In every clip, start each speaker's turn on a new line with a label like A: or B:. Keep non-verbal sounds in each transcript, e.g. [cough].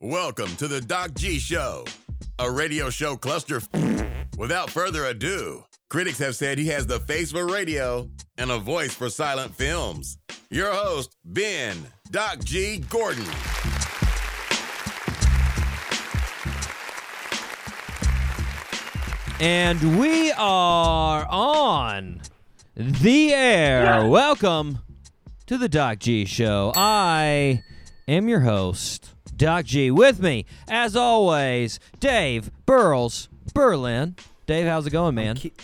A: Welcome to the Doc G Show, a radio show cluster. Without further ado, critics have said he has the face for radio and a voice for silent films. Your host, Ben Doc G Gordon.
B: And we are on the air. Welcome to the Doc G Show. I am your host, Doc G. With me, as always, Dave Burles Berlin. Dave, how's it going, man?
C: Mm-hmm. Keep,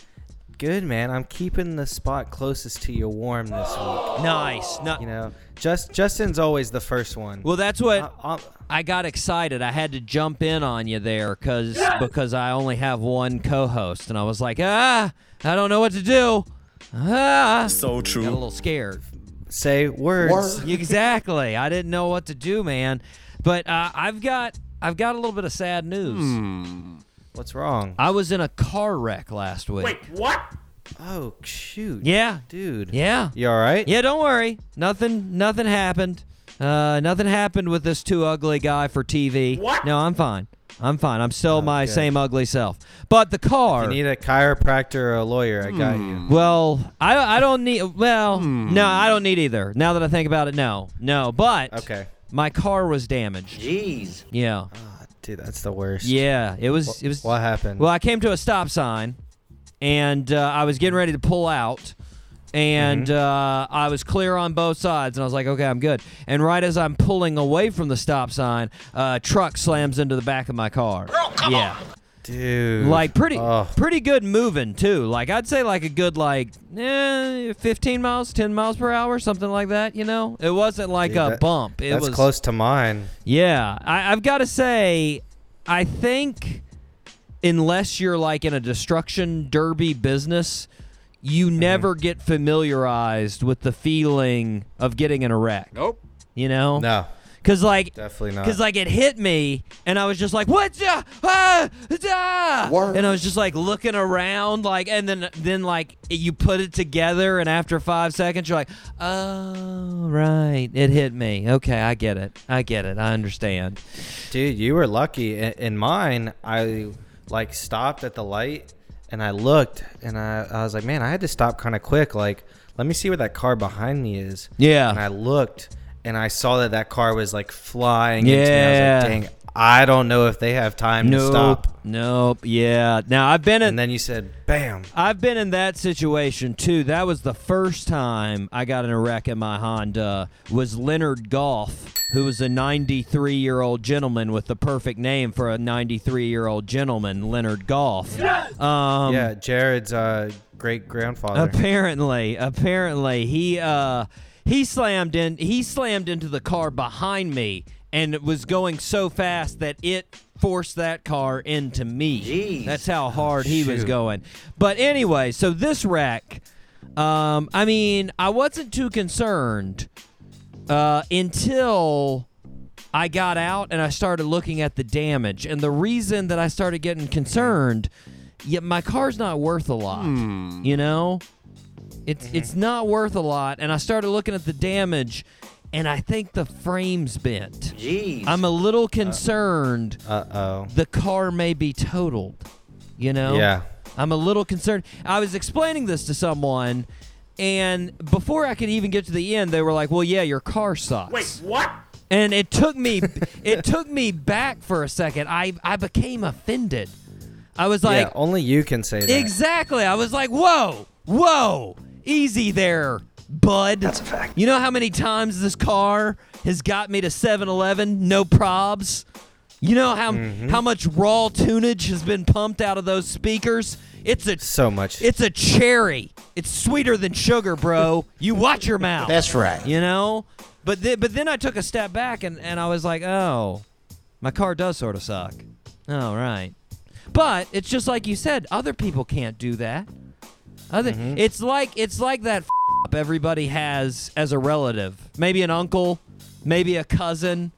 C: good man. I'm keeping the spot closest to your warm this week.
B: nice. No-
C: You know, just Justin's always the first one. Uh,
B: well, that's what
C: I,
B: I got excited. I had to jump in on you there because because I only have one co-host, and I was like, ah, I don't know what to do. Ah,
D: So
B: got a
D: true.
B: little scared.
C: i say words.
B: [laughs] exactly. I didn't know what to do, man. But uh, I've got I've got a little bit of sad news.
E: Hmm.
C: What's wrong?
B: I was in a car wreck last week.
E: Wait, what?
C: Oh shoot.
B: Yeah.
C: dude.
B: Yeah.
C: You all right?
B: Yeah. Don't worry. Nothing. Nothing happened. Uh, nothing happened with this too ugly guy for TV.
E: What?
B: No, I'm fine. I'm fine. I'm still my
C: good.
B: same ugly self. But the car.
C: You need a chiropractor or a lawyer. I got
B: Hmm.
C: you.
B: well, I, I don't need. Well,
E: Hmm.
B: no, I don't need either. Now that I think about it, no, no. But
C: Okay.
B: my car was damaged.
E: Jeez.
B: Yeah.
C: Ah, dude, that's the worst.
B: Yeah, it was. It was.
C: What happened?
B: Well, I came to a stop sign, and uh, I was getting ready to pull out, and
C: Mm-hmm.
B: uh, I was clear on both sides, and I was like, "Okay, I'm good." And right as I'm pulling away from the stop sign, a truck slams into the back of my car. yeah,
C: dude.
B: like pretty,
C: Oh.
B: pretty good moving too. Like I'd say, like a good like, eh, 15 miles, 10 miles per hour, something like that. You know, it wasn't like
C: Dude,
B: a
C: that-
B: bump. It
C: that's
B: was
C: close to mine.
B: yeah, I, I've got to say, I think unless you're like in a destruction derby business, you
C: Mm-hmm.
B: never get familiarized with the feeling of getting in a wreck. Nope. You know?
C: No,
B: Because like,
C: definitely not.
B: because like it hit me, and I was just like, "What?" Ah, ah, ah," and I was just like looking around, like, and then then like you put it together, and after five seconds, you're like, "Oh right, it hit me. Okay, I get it. I get it. I understand."
C: Dude, you were lucky. In, in mine, I like stopped at the light and I looked and I, I was like, man, I had to stop kind of quick. Like, let me see where that car behind me is.
B: Yeah.
C: And I looked and I saw that that car was like flying. into me.
B: Yeah.
C: I was like, dang, I don't know if they have time to stop.
B: Nope. Yeah. Now I've been in
C: And then you said, bam.
B: I've been in that situation too. That was the first time I got in a wreck in my Honda was Leonard Goff, who was a 93-year-old gentleman with the perfect name for a 93-year-old gentleman, Leonard Goff. Um,
C: yeah, Jared's uh, great grandfather.
B: Apparently, apparently he uh he slammed in he slammed into the car behind me and it was going so fast that it forced that car into me.
E: Jeez.
B: That's how hard he was
C: shoot.
B: going. But anyway, so this wreck um I mean, I wasn't too concerned uh until I got out and I started looking at the damage. And the reason that I started getting concerned, yet my car's not worth a lot.
E: Hmm.
B: You know? It's it's not worth a lot. And I started looking at the damage and I think the frame's bent.
E: Jeez.
B: I'm a little concerned
C: uh oh.
B: the car may be totaled. You know?
C: Yeah.
B: I'm a little concerned. I was explaining this to someone and before I could even get to the end, they were like, "Well, yeah, your car sucks."
E: Wait, what?
B: and it took me [laughs] it took me back for a second i i became offended i was like
C: yeah, only you can say that.
B: exactly i was like whoa whoa easy there bud that's a fact you know how many times this car has got me to 7-eleven no probs you know how how much raw tunage has been pumped out of those speakers it's a
C: so much.
B: it's a cherry. It's sweeter than sugar, bro. you watch your mouth. That's right. You know? But then, but then I took a step back and, and I was like, oh, my car does sort of suck. All right. But it's just like you said, other people can't do that. Other,
C: Mm-hmm.
B: it's like it's like that [laughs] up everybody has as a relative, maybe an uncle, maybe a cousin,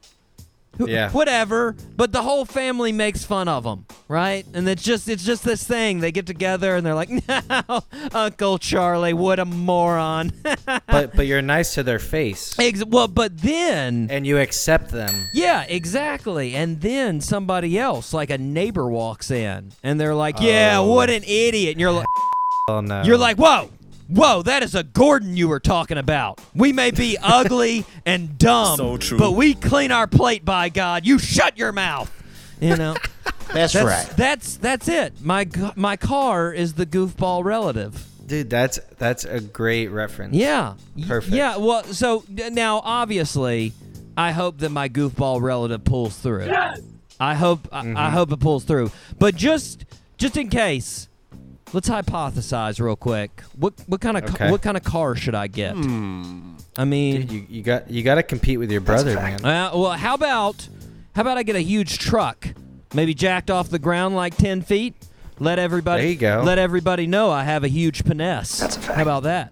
B: who-
C: Yeah.
B: whatever. But the whole family makes fun of them, right? And it's just it's just this thing. They get together and they're like, [laughs] "No, Uncle Charlie, what a moron." [laughs]
C: but but you're nice to their face
B: Ex- well, but then
C: and you accept them.
B: yeah, exactly. And then somebody else, like a neighbor, walks in and they're like, "Yeah,
C: Oh.
B: what an idiot!" And you're like,
C: Oh no.
B: you're like, "Whoa." Whoa, that is a Gordon you were talking about. We may be ugly and dumb,
D: So true.
B: but we clean our plate by God. You shut your mouth. You know.
E: That's,
B: That's,
E: right.
B: that's that's it. My g- my car is the goofball relative.
C: dude, that's that's a great reference.
B: Yeah. Y-
C: Perfect.
B: Yeah. Well, so d- now obviously, I hope that my goofball relative pulls through. I hope I,
C: Mm-hmm.
B: I hope it pulls through. But just just in case, let's hypothesize real quick. What what kind of ca-
C: Okay. Hmm.
B: what kind of car should I get? I mean,
C: You, you got you got to compete with your brother, man.
B: uh, well, how about how about I get a huge truck, maybe jacked off the ground like ten feet. Let everybody
C: There you go.
B: let everybody know I have a huge finesse. That's a fact. How about that?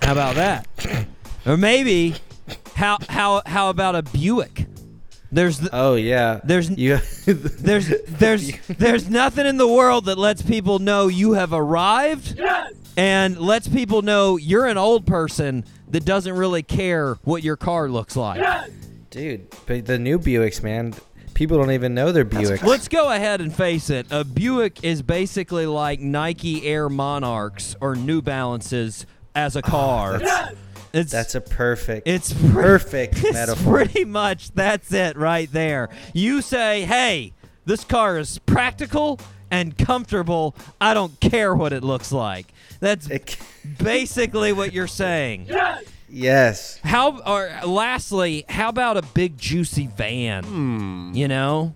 B: How about that? or maybe how how how about a Buick? There's th-
C: Oh yeah.
B: There's-
C: you. [laughs]
B: there's there's there's nothing in the world that lets people know you have arrived and lets people know you're an old person that doesn't really care what your car looks like.
C: Dude, but the new Buicks, man, people don't even know they're Buicks.
B: Let's go ahead and face it. A Buick is basically like Nike Air Monarchs or New Balances as a car. it's
C: Oh, That's a perfect.
B: it's pretty, [laughs]
C: perfect
B: it's
C: metaphor.
B: Pretty much that's it right there. You say, "Hey, this car is practical and comfortable. I don't care what it looks like." That's
C: It-
B: basically what you're saying.
C: yes.
B: How or lastly, how about a big juicy van?
C: Hmm.
B: You know?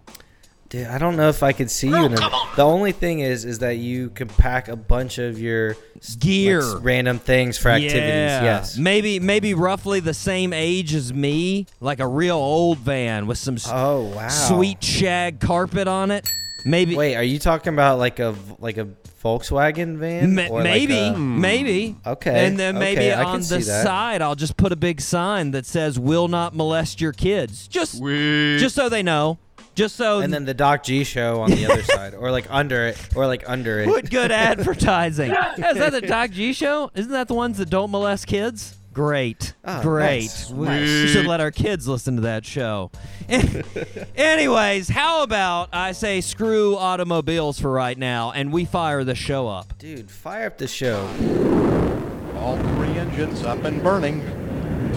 C: Dude, I don't know if I could see you. In a, the only thing is, is that you can pack a bunch of your s- like,
B: Gear.
C: s- random things for activities. Yes.
B: Maybe maybe roughly the same age as me, like a real old van with some s-
C: Oh wow.
B: sweet shag carpet on it. Maybe
C: Wait, are you talking about like a v- like a Volkswagen van?
B: ma-
C: Or like
B: maybe Hmm.
C: a-
B: maybe
C: Okay,
B: And then maybe
C: okay, I can
B: on the
C: see that.
B: side I'll just put a big sign that says "Will not molest your kids." Just just so they know. Just so
C: and then the Doc G show on the
B: [laughs]
C: other side, or like under it, or like under it.
B: What
C: [laughs]
B: good advertising? Is that the Doc G show? Isn't that the ones that don't molest kids? Great.
C: Oh,
B: Great.
C: nice.
B: We we should let our kids listen to that show. [laughs]
C: [laughs]
B: Anyways, how about I say screw automobiles for right now and we fire the show up?
C: Dude, fire up the show.
F: All three engines up and burning.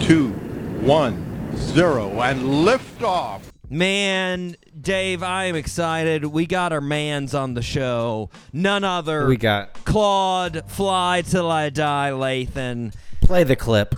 F: Two, one, zero, and liftoff.
B: Man, Dave, I am excited. We got our mans on the show. None other.
C: We got
B: Claude, fly till I die, Lathan.
C: play the clip.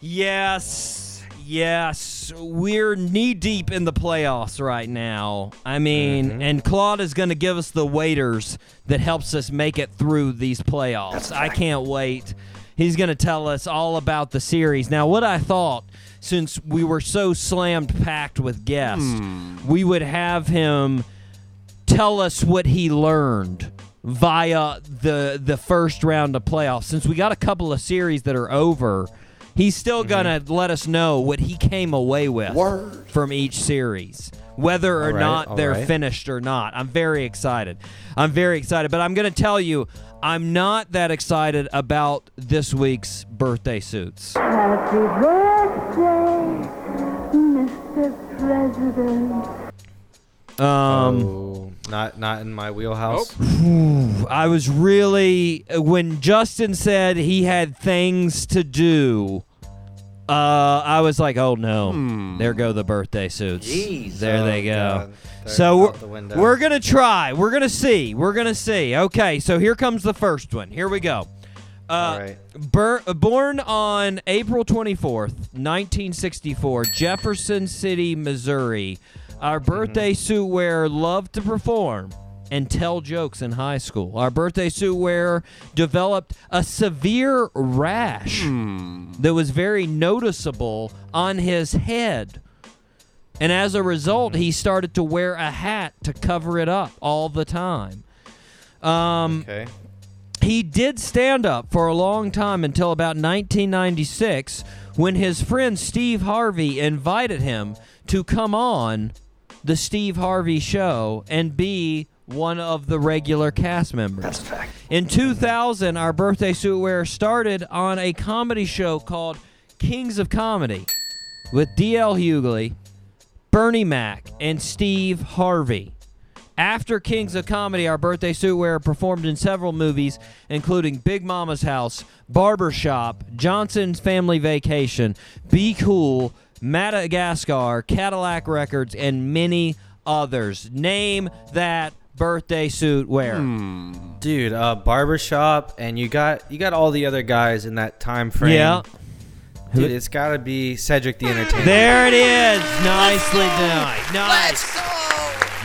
B: Yes. Yes. We're knee deep in the playoffs right now. I mean, and Claude is going to give us the waiters that helps us make it through these playoffs. I can't wait. He's going to tell us all about the series. Now, what I thought, since we were so slammed packed with guests, we would have him tell us what he learned via the the first round of playoffs. Since we got a couple of series that are over, he's still
C: Mm-hmm.
B: gonna let us know what he came away with
F: Word.
B: from each series. Whether or
C: All right,
B: not
C: all
B: they're
C: right.
B: finished or not. I'm very excited. I'm very excited. But I'm going to tell you, I'm not that excited about this week's birthday suits.
G: Happy birthday, Mr. President.
B: Um,
C: Oh, not not in my wheelhouse.
B: I was really when Justin said he had things to do. Uh, I was like, oh no, there go the birthday suits. There
C: Hmm. Oh,
B: they go.
C: God. They're
B: So
C: out the
B: we're,
C: window.
B: we're gonna try. We're gonna see. We're gonna see. Okay, so here comes the first one. Here we go. Uh,
C: All right.
B: bur- born on April 24th, 1964, Jefferson City, Missouri. Our birthday suit wearer loved to perform and tell jokes in high school. Our birthday suit wearer developed a severe rash that was very noticeable on his head. And as a result, he started to wear a hat to cover it up all the time. Um,
C: Okay.
B: He did stand up for a long time until about 1996 when his friend Steve Harvey invited him to come on the Steve Harvey show and be one of the regular cast members. That's a fact. In 2000, our birthday suit wearer started on a comedy show called Kings of Comedy with DL Hughley, Bernie Mac, and Steve Harvey. After Kings of Comedy, our birthday suit wearer performed in several movies, including Big Mama's House, Barbershop, Johnson's Family Vacation, Be Cool, Madagascar, Cadillac Records, and many others. Name that birthday suit wearer.
C: dude. Uh, barbershop, and you got you got all the other guys in that time frame.
B: Yeah.
C: dude, it's got to be Cedric the Entertainer.
B: There it is. Nicely done. Nice.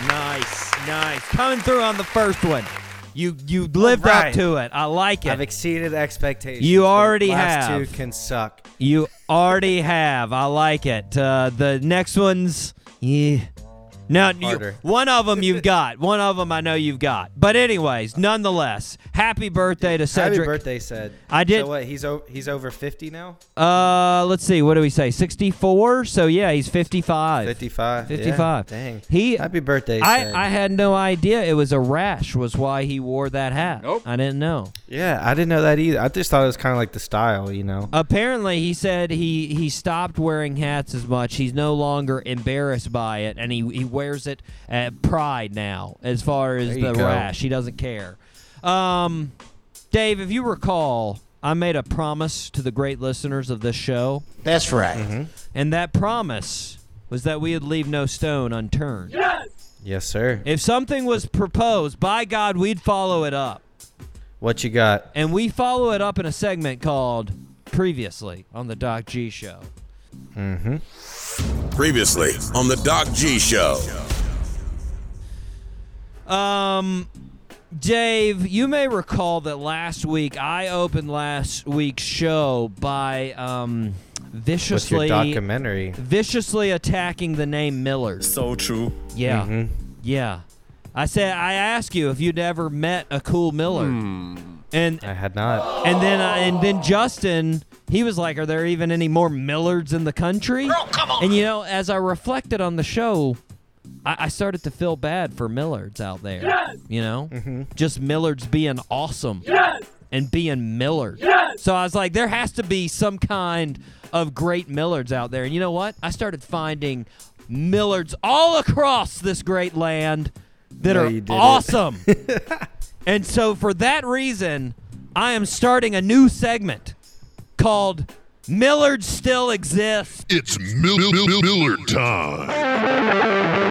B: Nice. Nice. Coming through on the first one. You you lived up
C: right.
B: to it. I like it.
C: I've exceeded expectations.
B: You
C: The
B: already
C: last
B: have.
C: two can suck.
B: You already have. I like it. Uh, the next one's yeah. Now, you,
C: Harder.
B: one of them you've got. One of them I know you've got. But anyways, nonetheless, happy birthday to Cedric.
C: Happy birthday, said.
B: I did-
C: So what? He's o- he's over fifty now.
B: Uh, let's see. What do we say? 64. So yeah, he's 55.
C: Fifty-five. yeah.
B: 55.
C: Dang.
B: He-
C: Happy birthday, said.
B: I, I had no idea it was a rash was why he wore that hat.
D: Nope.
B: I didn't know.
C: yeah, I didn't know that either. I just thought it was kind of like the style, you know.
B: Apparently, he said he he stopped wearing hats as much. He's no longer embarrassed by it, and he he wears it at pride now. As far as
C: There you
B: the
C: go.
B: rash, he doesn't care. Um, Dave, if you recall, I made a promise to the great listeners of this show,
E: That's right.
C: Mm-hmm.
B: and that promise was that we would leave no stone unturned.
C: yes, sir.
B: If something was proposed, by God, we'd follow it up.
C: What you got?
B: And we follow it up in a segment called Previously on the Doc G Show.
A: Previously on the Doc G Show.
B: Um, Dave, you may recall that last week I opened last week's show by um,
C: What's your
B: viciously
C: documentary?
B: viciously attacking the name Miller.
H: So true.
B: Yeah, yeah. I said I asked you if you'd ever met a cool Miller, and
C: I had not.
B: and then I and then Justin, he was like, "Are there even any more Millards in the country?" And you know, as I reflected on the show, I, I started to feel bad for Millards out there. You know,
C: Mm-hmm.
B: just Millards being awesome and being Millard. So I was like, there has to be some kind of great Millards out there. And you know what? I started finding Millards all across this great land that
C: No, you
B: are
C: didn't. [laughs]
B: awesome. and so for that reason, I am starting a new segment called Millard Still Exists.
I: It's Mil- Mil- Mil- Miller time.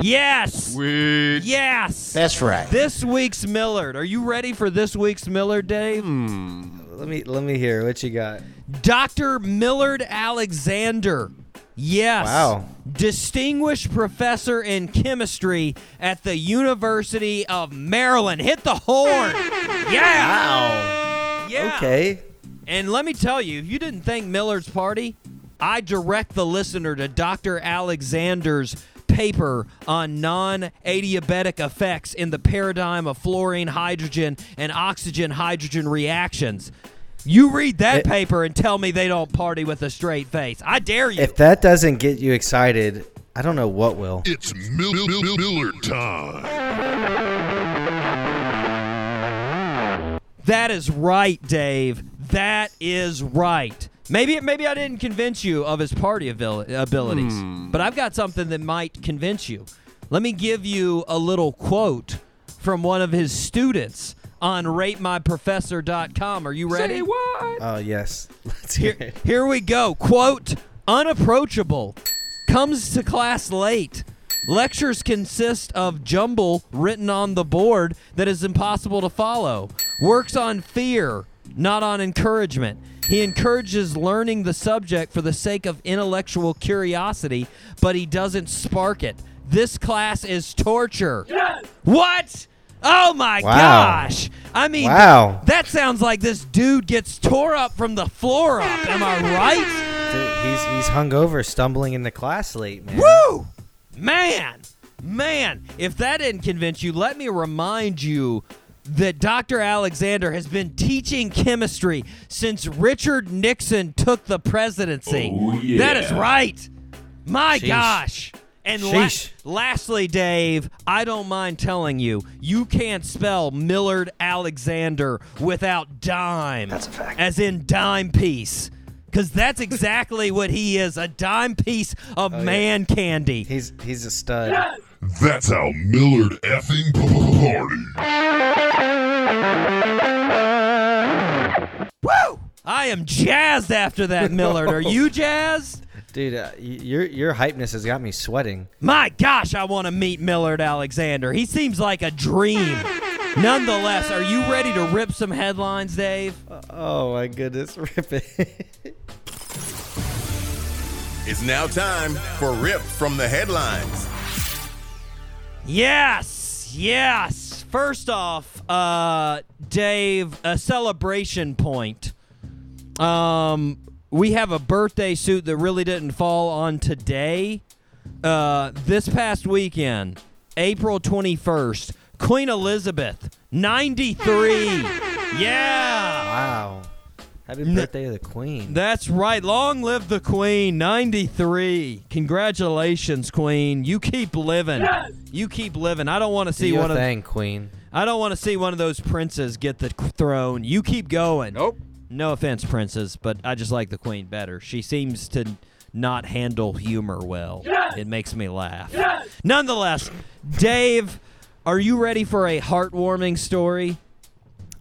B: Yes.
D: Sweet.
B: Yes.
E: That's right.
B: This week's Millard. Are you ready for this week's Millard, Dave?
C: Let me let me hear what you got.
B: Dr. Millard Alexander. Yes.
C: Wow.
B: Distinguished professor in chemistry at the University of Maryland. Hit the horn. Yeah. Wow. Yeah.
C: Okay.
B: And let me tell you, if you didn't think Millard's party, I direct the listener to Dr. Alexander's paper on non adiabatic effects in the paradigm of fluorine hydrogen and oxygen hydrogen reactions. You read that paper and tell me they don't party with a straight face. I dare you.
C: If that doesn't get you excited, I don't know what [laughs] will.
I: It's Mil- Mil- Mil- Miller time.
B: That is right, Dave. That is right. Maybe maybe I didn't convince you of his party abil- abilities, but I've got something that might convince you. Let me give you a little quote from one of his students on ratemyprofessor.com. Are you ready?
C: Oh yes. [laughs] Let's hear it.
B: Here we go. Quote Unapproachable. Comes to class late. Lectures consist of jumble written on the board that is impossible to follow. Works on fear, not on encouragement. He encourages learning the subject for the sake of intellectual curiosity, but he doesn't spark it. This class is torture. What? Oh my
C: Wow.
B: gosh. I mean,
C: Wow.
B: that sounds like this dude gets tore up from the floor up. Am I right?
C: Dude, he's he's hungover, stumbling into class late, man.
B: Woo! Man, Man, if that didn't convince you, let me remind you that Dr. Alexander has been teaching chemistry since Richard Nixon took the presidency. That is right. My
C: Oh, Sheesh.
B: gosh. And la-
C: Sheesh.
B: lastly, Dave, I don't mind telling you, you can't spell Millard Alexander without dime. That's a fact. As in dime piece. Because [laughs] that's exactly what he is a dime piece of man candy.
C: He's he's a stud.
I: That's how Millard effing party.
B: I am jazzed after [laughs] that, Millard. Are you jazzed?
C: Dude, uh, y- your your hypeness has got me sweating.
B: My gosh, I want to meet Millard Alexander. He seems like a dream. Nonetheless, are you ready to rip some headlines, Dave?
C: Oh my goodness, [laughs] rip it.
A: It's now time for Rip from the Headlines.
B: Yes, yes. First off, uh, Dave, a celebration point. Um, we have a birthday suit that really didn't fall on today. Uh, this past weekend, April 21st, Queen Elizabeth, 93. Yeah.
C: wow. Happy birthday to the queen.
B: That's right. Long live the Queen, 93. Congratulations, Queen. You keep living. You keep living. I don't want to
C: Do
B: see
C: your
B: one of
C: thing, queen.
B: I don't want to see one of those princes get the throne. You keep going. Nope. No offense, princes, but I just like the queen better. She seems to not handle humor well. It makes me laugh. Nonetheless, Dave, are you ready for a heartwarming story?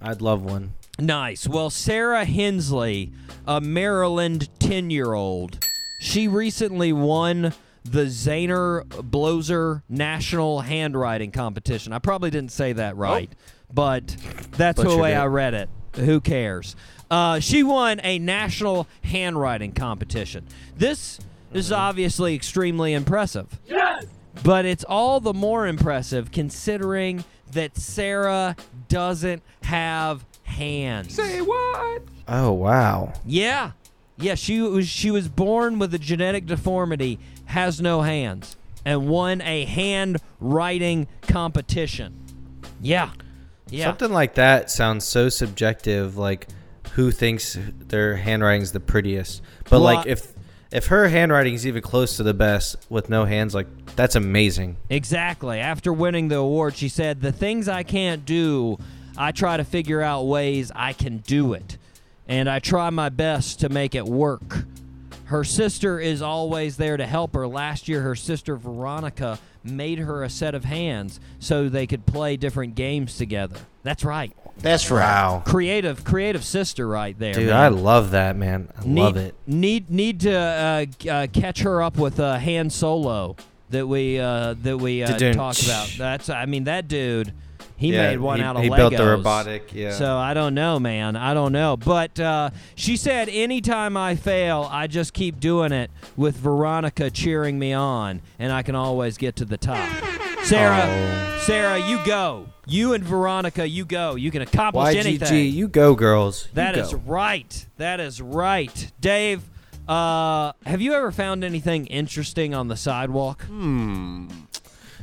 C: I'd love one.
B: Nice. Well, Sarah Hensley, a Maryland 10 year old, she recently won the Zaner Blozer National Handwriting Competition. I probably didn't say that right, but that's the
C: Butchered
B: way
C: it.
B: I read it. Who cares? Uh, she won a national handwriting competition. This is obviously extremely impressive. But it's all the more impressive considering that Sarah doesn't have hands.
C: Oh wow.
B: Yeah. Yeah, she was she was born with a genetic deformity, has no hands, and won a handwriting competition. Yeah. Yeah.
C: Something like that sounds so subjective. Like, who thinks their handwriting's the prettiest? But
B: Well,
C: like,
B: I-
C: if if her handwriting's even close to the best with no hands, like that's amazing.
B: Exactly. After winning the award, she said, The things I can't do, I try to figure out ways I can do it. And I try my best to make it work. Her sister is always there to help her. Last year, her sister Veronica made her a set of hands so they could play different games together. That's right.
D: That's right.
C: Wow,
B: Creative, creative sister right there.
C: dude,
B: man.
C: I love that man. I
B: Need,
C: love it.
B: Need need to uh, g- uh, catch her up with uh, Han Solo that we uh, that we uh,
C: Da-dun.
B: talked about. That's I mean that dude. He
C: Yeah,
B: made one
C: he-
B: out of
C: he
B: Legos.
C: built the robotic, yeah.
B: So I don't know, man. I don't know. But uh, she said, anytime I fail, I just keep doing it with Veronica cheering me on, and I can always get to the top. Sarah,
C: Oh.
B: Sarah, you go. You and Veronica, you go. You can accomplish anything.
C: YGG, you go, girls.
B: That
C: you
B: is
C: go.
B: right. That is right. Dave, uh, have you ever found anything interesting on the sidewalk?
C: Hmm.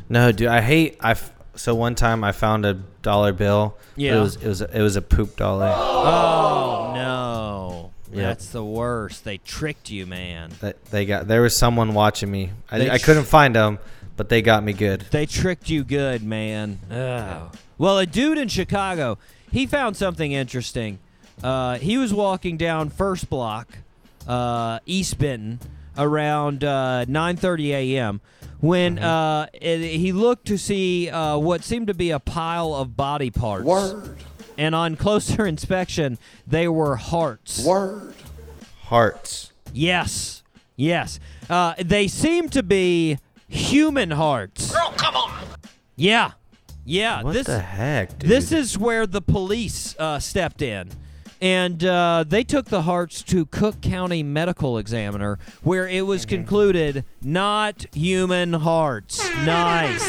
C: No, dude, I hate. I f- so one time I found a dollar bill. but
B: Yeah.
C: it was it was it was a poop dollar.
B: No.
C: Yep.
B: That's the worst. They tricked you, man.
C: That they got there was someone watching me.
B: They
C: I, I
B: sh-
C: couldn't find them, but they got me good.
B: They tricked you good, man. Oh. Well, a dude in Chicago, he found something interesting. Uh, he was walking down First Block, uh, East Benton, around uh, 9:30 a.m. when uh, it, he looked to see uh, what seemed to be a pile of body parts.
F: Word.
B: And on closer [laughs] inspection, they were hearts.
F: Word.
C: Hearts.
B: Yes. Yes. Uh, they seem to be human hearts. Girl, come on. Yeah. Yeah.
C: What
B: this
C: the heck, dude?
B: this is where the police uh, stepped in. And uh, they took the hearts to Cook County Medical Examiner, where it was concluded not human hearts. Nice.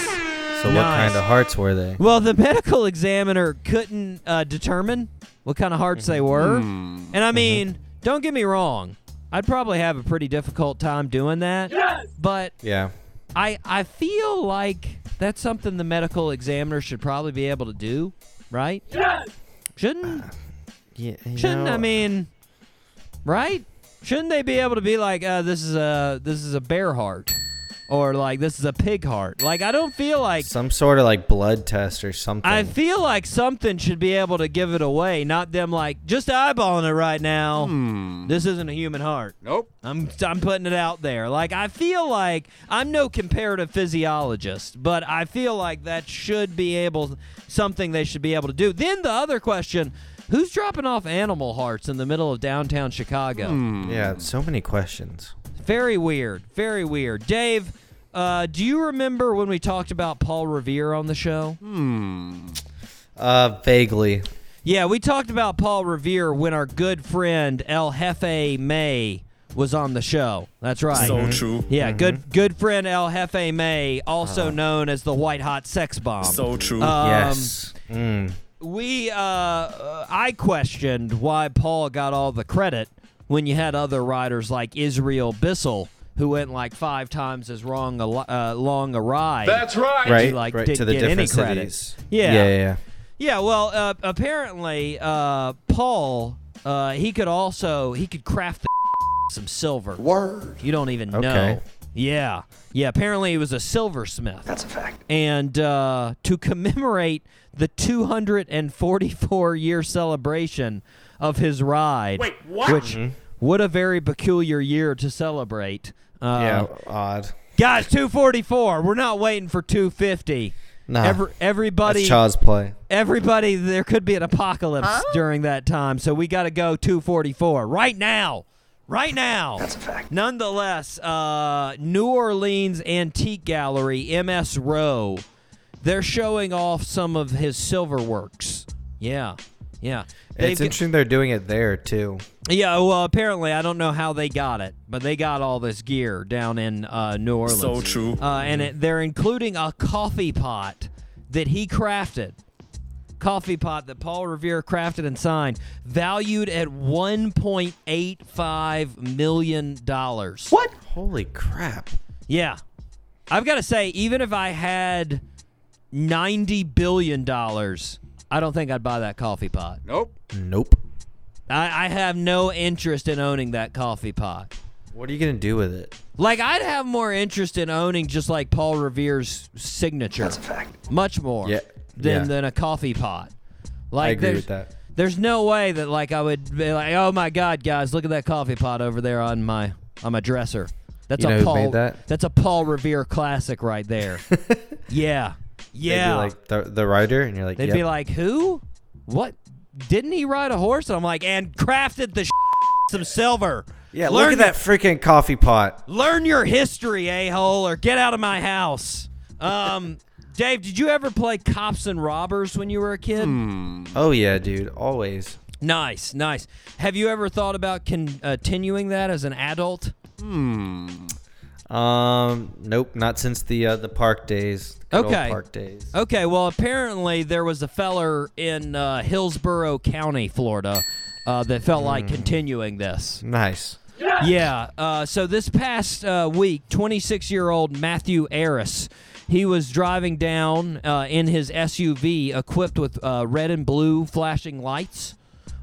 C: So what
B: nice.
C: kind of hearts were they?
B: Well, the medical examiner couldn't uh, determine what kind of hearts
C: Mm-hmm.
B: they were.
C: Hmm.
B: And
C: Uh-huh.
B: I mean, don't get me wrong, I'd probably have a pretty difficult time doing that. But
C: Yeah.
B: I I feel like That's something the medical examiner should probably be able to do, right? Shouldn't
C: Uh, Yeah, you
B: shouldn't
C: know, uh,
B: I mean, right? Shouldn't they be able to be like, uh, this is a this is a bear heart, or like this is a pig heart? Like I don't feel like
C: some sort of like blood test or something.
B: I feel like something should be able to give it away, not them like just eyeballing it right now. This isn't a human heart.
D: Nope.
B: I'm I'm putting it out there. Like I feel like I'm no comparative physiologist, but I feel like that should be able something they should be able to do. Then the other question, who's dropping off animal hearts in the middle of downtown Chicago?
C: yeah, so many questions.
B: Very weird. Very weird. Dave, uh, do you remember when we talked about Paul Revere on the show?
C: Uh, vaguely.
B: Yeah, we talked about Paul Revere when our good friend El Jefe May was on the show. That's right. So Mm-hmm. true. Yeah, good good friend El Jefe May, also known as the White Hot Sex Bomb. Uh-huh. So true.
F: Uh,
C: yes. Mm.
B: We uh, uh, I questioned why Paul got all the credit when you had other writers like Israel Bissell who went like five times as wrong a li- uh, long a ride.
D: That's right.
C: Right,
B: like,
C: right
B: didn't
C: to the
B: get any
C: different
B: credit.
C: cities.
B: Yeah.
C: yeah, yeah.
B: Yeah, well, uh, apparently uh, Paul uh, he could also he could craft the [laughs] some silver.
F: Word.
B: You don't even know.
C: Okay.
B: Yeah, yeah. Apparently he was a silversmith. That's a fact. And uh, to commemorate the 244 year celebration of his ride,
D: Wait, what?
B: Which
C: Mm-hmm.
B: what a very peculiar year to celebrate. Uh,
C: yeah. Odd.
B: guys, 244. We're not waiting for 250.
C: Nah.
B: Every, everybody,
C: That's child's play.
B: everybody there could be an apocalypse during that time so we got to go 244 right now right now that's a fact nonetheless uh, new orleans antique gallery ms rowe they're showing off some of his silver works yeah yeah They've
C: it's
B: got-
C: interesting they're doing it there too.
B: yeah well apparently i don't know how they got it but they got all this gear down in uh, new orleans so true uh, and it, they're including a coffee pot that he crafted coffee pot that Paul Revere crafted and signed, valued at $1.85 million. What?
C: Holy crap!
B: Yeah. I've got to say, even if I had $90 billion, I don't think I'd buy that coffee pot.
D: Nope.
C: Nope.
B: I, I have no interest in owning that coffee pot.
C: What are you gonna do with it?
B: Like, I'd have more interest in owning just like Paul Revere's signature. That's a fact. Much more
C: Yeah.
B: than,
C: Yeah.
B: than a coffee pot. Like
C: I agree
B: there's-
C: with that.
B: There's no way that like I would be like, oh my god, guys, look at that coffee pot over there on my on my dresser. That's
C: You
B: a
C: know who
B: Paul.
C: made that?
B: That's a Paul Revere classic right
C: [laughs]
B: there. yeah, yeah.
C: They'd be like the, the writer, and you're like,
B: They'd
C: yep.
B: be like, who? What? Didn't he ride a horse? And I'm like, and crafted the [laughs] some silver.
C: yeah,
B: learn
C: look at that freaking coffee pot.
B: Learn your history, a hole, or get out of my house. Um, Dave, did you ever play cops and robbers when you were a kid?
C: Oh yeah, dude, always.
B: Nice, nice. Have you ever thought about con- continuing that as an adult?
C: Um, nope, not since the uh, the park days. The good old
B: Okay. Oh.
C: park days.
B: Okay, well, apparently there was a feller in uh, Hillsborough County, Florida, uh, that felt like continuing this.
C: Nice.
B: Yeah. Uh, so this past uh, week, 26 year old Matthew Aris, he was driving down uh, in his SUV equipped with uh, red and blue flashing lights.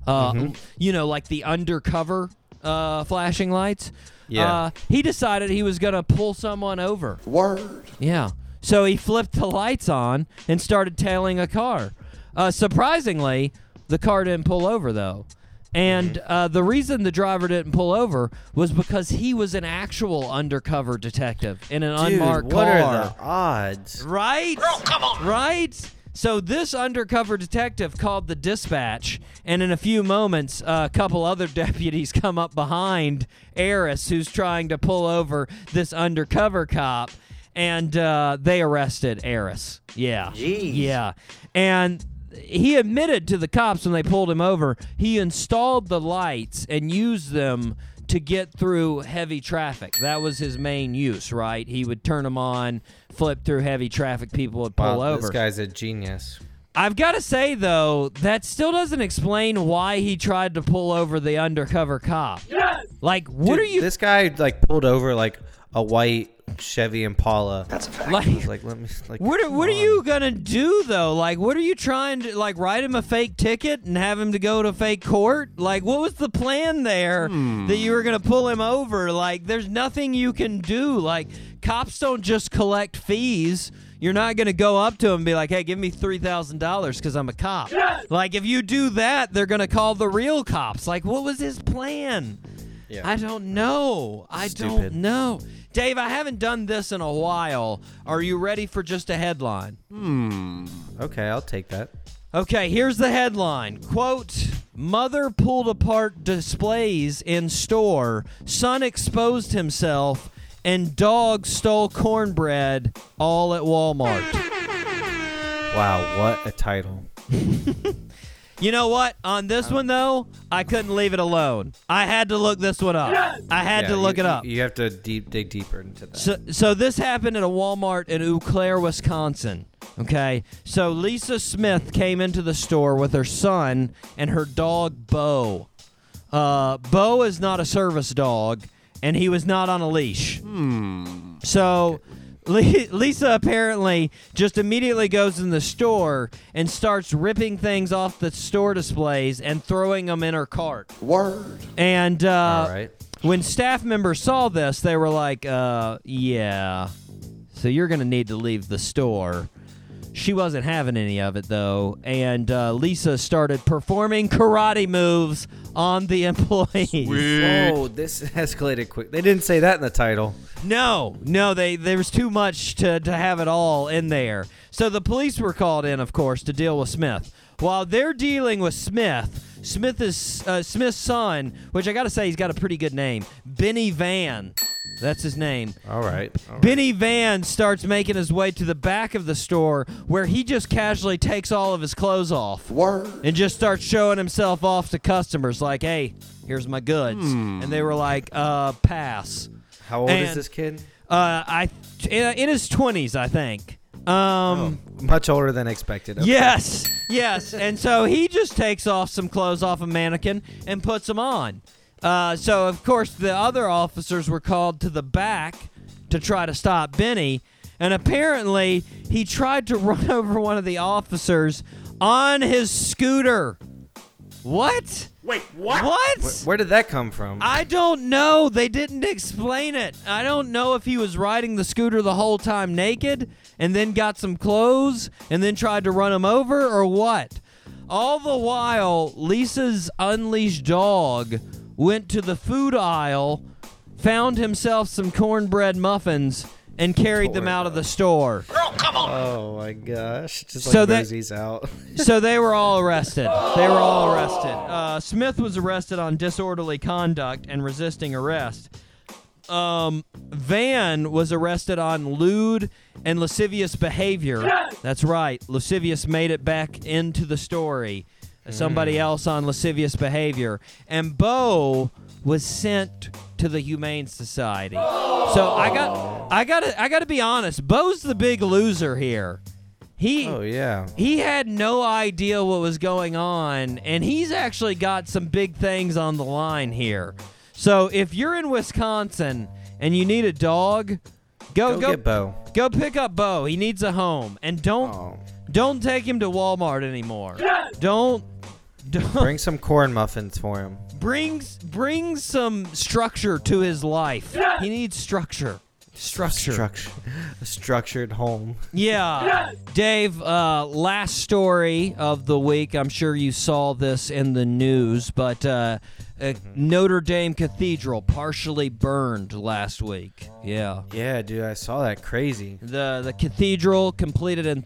B: Uh, You know, like the undercover uh, flashing lights.
C: Yeah.
B: Uh, he decided he was going to pull someone over.
F: Word.
B: Yeah. So he flipped the lights on and started tailing a car. Uh, surprisingly, the car didn't pull over, though. And uh, the reason the driver didn't pull over was because he was an actual undercover detective in an
C: Dude,
B: unmarked
C: what
B: car.
C: are the odds?
B: Right? come on. Right? So this undercover detective called the dispatch, and in a few moments, uh, a couple other [laughs] deputies come up behind Eris, who's trying to pull over this undercover cop, and uh, they arrested Eris. Yeah. Yeah. And he admitted to the cops when they pulled him over, he installed the lights and used them to get through heavy traffic. That was his main use, right? He would turn them on, flip through heavy traffic, people would pull
C: Wow,
B: over.
C: This guy's a genius.
B: I've got to say, though, that still doesn't explain why he tried to pull over the undercover cop. Like, what
C: Dude,
B: are you
C: This guy like pulled over like a white Chevy Impala. That's
B: [laughs] Like,
C: like let me like.
B: what are,
C: come
B: what are
C: on.
B: you gonna do though? Like, what are you trying to like write him a fake ticket and have him to go to fake court? Like, what was the plan there
C: Hmm.
B: that you were gonna pull him over? Like, there's nothing you can do. Like, cops don't just collect fees. You're not gonna go up to him and be like, "Hey, give me three thousand dollars because I'm a cop." Like, if you do that, they're gonna call the real cops. Like, what was his plan?
C: Yeah.
B: I don't know. I
C: Stupid.
B: don't know. Dave, I haven't done this in a while. Are you ready for just a headline?
C: Okay, I'll take that.
B: Okay, here's the headline. Quote, mother pulled apart displays in store, son exposed himself, and dog stole cornbread all at Walmart.
C: Wow, what a title.
B: You know what? On this one though, I couldn't leave it alone. I had to look this one up. I had
C: Yeah,
B: to look
C: you-
B: it up.
C: You have to deep dig deeper into that.
B: So, so this happened at a Walmart in Eau Claire, Wisconsin. Okay, so Lisa Smith came into the store with her son and her dog Bo. Uh, Bo is not a service dog, and he was not on a leash. So [laughs] Li- Lisa apparently just immediately goes in the store and starts ripping things off the store displays and throwing them in her cart.
F: Word.
B: And uh,
C: All right.
B: when staff members saw this, they were like, uh, yeah, so you're going to need to leave the store. She wasn't having any of it, though, and uh, Lisa started performing karate moves on the [laughs] employees.
C: Oh, this [laughs] escalated quick. They didn't say that in the title.
B: No, no, they there was too much to, to have it all in there. So the police were called in, of course, to deal with Smith. While they're dealing with Smith, Smith is uh, Smith's son, which I gotta say he's got a pretty good name, Benny Van. That's his name.
C: All right. all right.
B: Benny Van starts making his way to the back of the store where he just casually takes all of his clothes off
F: Word.
B: and just starts showing himself off to customers like, hey, here's my goods. And they were like, uh, pass.
C: How old is
B: and-
C: this kid?
B: Uh, I in in his twenties, I think. Um,
C: Much older than expected. Okay.
B: yes, yes. And so he just takes off some clothes off a mannequin and puts them on. Uh, so of course the other officers were called to the back to try to stop Benny, and apparently he tried to [laughs] run over one of the officers on his scooter. What? Wait, what? What?
C: Wh- Where did that come from?
B: I don't know. They didn't explain it. I don't know if he was riding the scooter the whole time naked and then got some clothes and then tried to run him over or what. All the while, Lisa's unleashed dog went to the food aisle, found himself some cornbread muffins, and carried them out of the store.
C: oh my gosh! Just like
B: So that-
C: Rosie's [laughs] out.
B: so they were all arrested. They were all arrested. Uh, Smith was arrested on disorderly conduct and resisting arrest. Um, Van was arrested on lewd and lascivious behavior. That's right. Lascivious made it back into the story.
C: Hmm.
B: Somebody else on lascivious behavior. And Bo was sent to the Humane Society. So I got I gotta I gotta be honest, Bo's the big loser here. He
C: Oh yeah.
B: he had no idea what was going on, and he's actually got some big things on the line here. So if you're in Wisconsin and you need a dog, go
C: Go,
B: go
C: get Bo.
B: go pick up Bo. He needs a home, and don't
C: Oh.
B: don't take him to Walmart anymore. Don't don't
C: Bring some corn muffins for him.
B: brings bring some structure to his life. He needs structure. Structure.
C: Structure, a structured home.
B: Yeah. Dave, uh, last story of the week. I'm sure you saw this in the news, but uh, uh, Notre Dame Cathedral partially burned last week. Yeah.
C: [laughs] Yeah, dude, I saw that. Crazy.
B: The, the cathedral completed in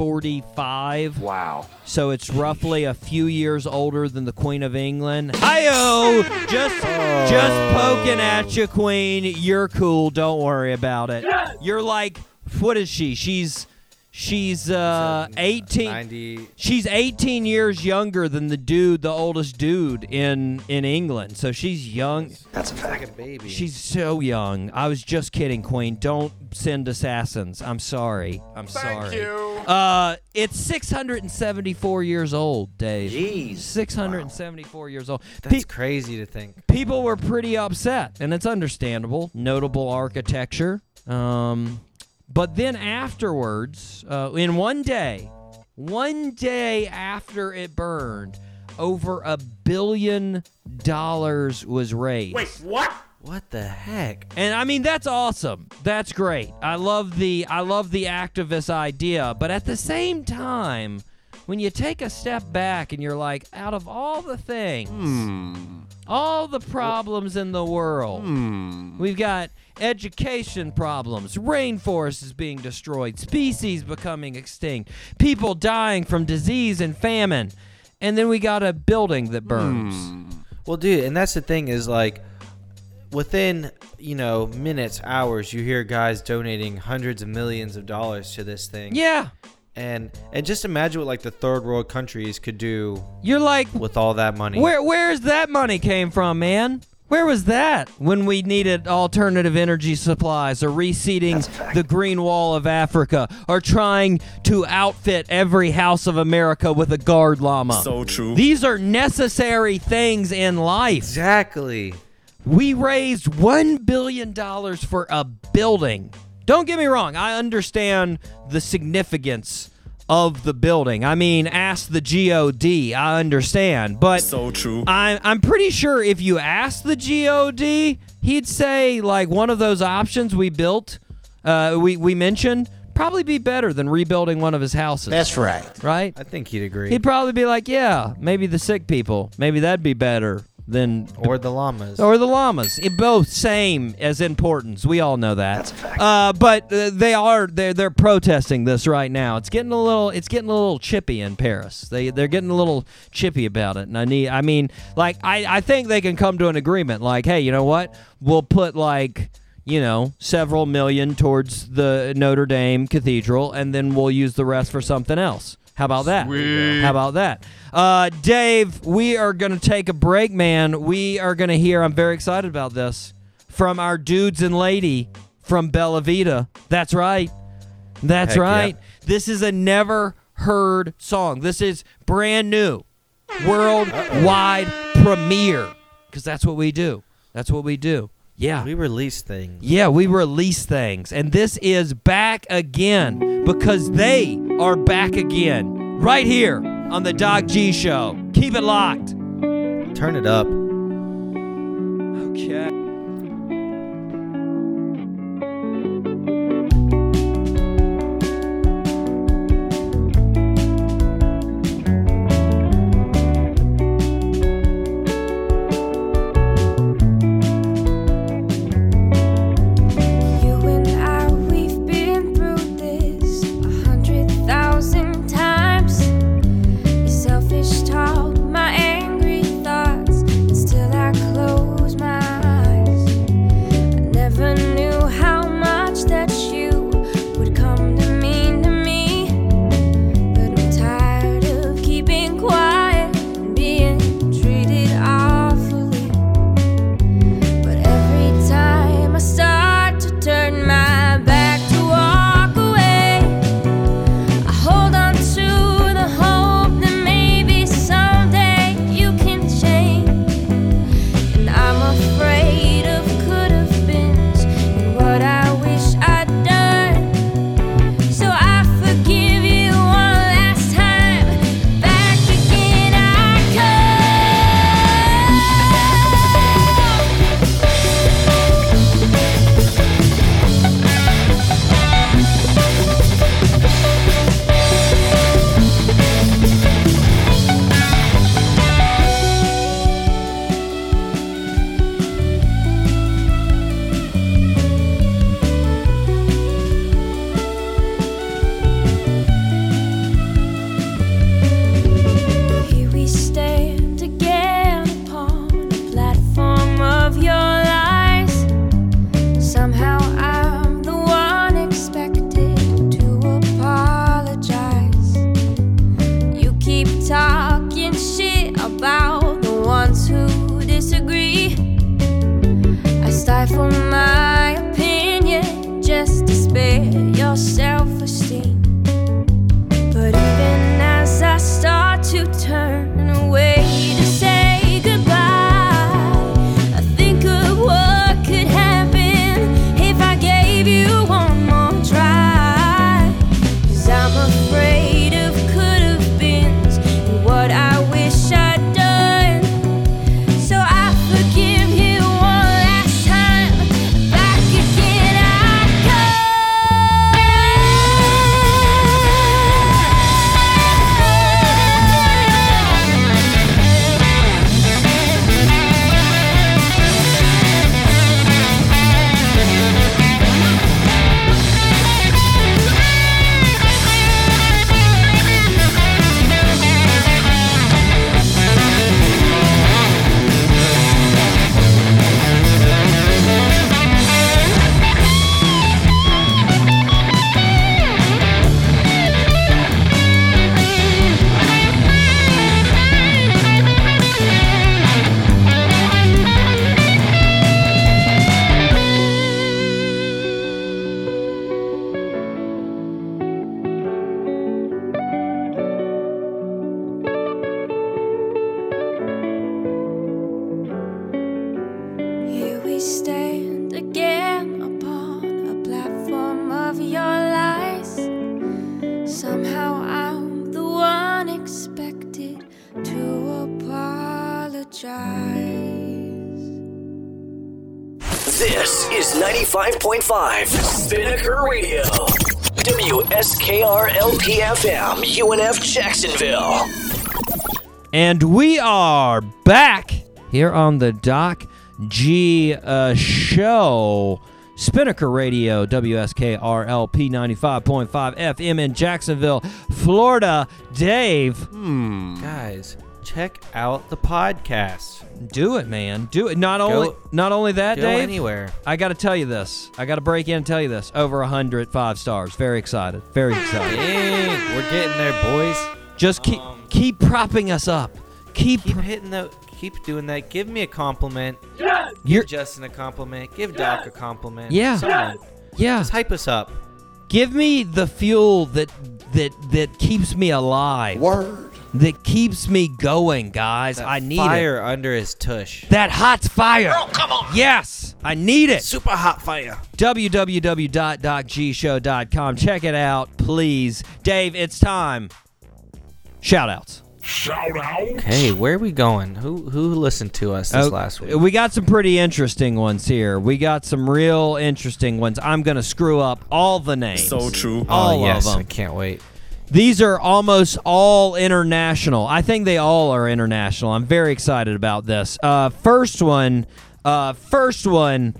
B: 1345. Wow. So it's roughly a few years older than the Queen of England. Hi-yo! Just, just poking at you, Queen. You're cool. Don't worry about it. You're like, what is she? She's She's uh, 18.
C: 90.
B: She's 18 years younger than the dude, the oldest dude in in England. So she's young.
C: Like a baby.
B: She's so young. I was just kidding, Queen. Don't send assassins. I'm sorry. I'm sorry.
A: you.
B: Uh, it's 674 years old, Dave. Jeez. 674 years old. Pe-
C: That's crazy to think.
B: people were pretty upset, and it's understandable. Notable architecture. Um, but then afterwards, uh, in one day, one day after it burned, over a billion dollars was raised.
C: What the heck?
B: And I mean that's awesome. That's great. I love the I love the activist idea, but at the same time, when you take a step back and you're like, out of all the things, all the problems in the world, we've got education problems, rainforests being destroyed, species becoming extinct, people dying from disease and famine, and then we got a building that burns.
C: Well, dude, and that's the thing is like within, you know, minutes, hours, you hear guys donating hundreds of millions of dollars to this thing.
B: Yeah,
C: And and just imagine what like the third world countries could do
B: you're like,
C: with all that money.
B: Where where's that money came from, man? Where was that when we needed alternative energy supplies or reseeding the green wall of Africa or trying to outfit every house of America with a guard llama?
D: So true.
B: These are necessary things in life.
C: Exactly.
B: We raised $1 billion for a building. Don't get me wrong, I understand the significance of the building. I mean, ask the GOD, I understand. But
D: so true.
B: I'm I'm pretty sure if you asked the God, he'd say like one of those options we built, uh, we we mentioned, probably be better than rebuilding one of his houses. That's right. Right.
C: I think he'd agree.
B: He'd probably be like, yeah, maybe the sick people, maybe that'd be better than
C: or the llamas.
B: or the llamas. It both same as importance. We all know that. That's a fact. Uh, but uh, they are they're they're protesting this right now. It's getting a little it's getting a little chippy in Paris. They they're getting a little chippy about it. And I need I mean like I I think they can come to an agreement. Like hey, you know what? We'll put like you know, several million towards the Notre Dame Cathedral, and then we'll use the rest for something else. How about that? How about that? Uh, Dave, we are going to take a break, man. We are going to hear, I'm very excited about this, from our dudes and lady from Bella Vita. That's right. That's
C: Heck yeah.
B: right. This is a never heard song. This is brand new, worldwide premiere, because that's what we do. That's what we do. Yeah.
C: we release things.
B: Yeah, we release things. And this is back again because they are back again right here on the Doc G Show. Keep it locked.
C: Turn it up.
B: Okay.
E: You and I, we've been through this a hundred thousand times. Your selfish talk, my angry thoughts, it's Somehow I'm the one expected to apologize.
D: This is 95.5 Spinnaker Radio. WSKRLPFM, UNF Jacksonville.
B: And we are back here on the Doc G uh, Show. Spinnaker Radio, WSKRLP 95.5 FM in Jacksonville, Florida. Dave,
C: Guys, check out the podcast.
B: do it, man. Do it. Not only not only that,
C: Go
B: Dave.
C: anywhere.
B: I got to tell you this. I got to break in and tell you this. Over 100 five stars. Very excited. Very excited.
C: Dang, we're getting there, boys.
B: Just keep keep propping us up. Keep,
C: Um, Keep hitting the. Keep doing that. Give me a compliment.
B: you're,
C: Justin a compliment. Give Doc a compliment.
B: Yeah.
C: Someone.
B: yeah.
C: Just hype us up.
B: Give me the fuel that that that keeps me alive.
F: Word.
B: That keeps me going, guys.
C: That
B: I need
C: fire under his tush.
B: it. That hot fire. Oh, come on. Yes, I need it.
C: Super hot fire.
B: www.docgshow.com. Check it out, please. Dave, it's time. Shout outs.
I: Shout out.
C: Hey, where are we going? Who who listened to us
B: Oh,
C: this last week?
B: We got some pretty interesting ones here. We got some real interesting ones. I'm going to screw up all the names.
H: So true.
B: All
C: oh, yes,
B: of
C: I
B: them.
C: can't wait.
B: These are almost all international. I think they all are international. I'm very excited about this. Uh, first one, uh, first one,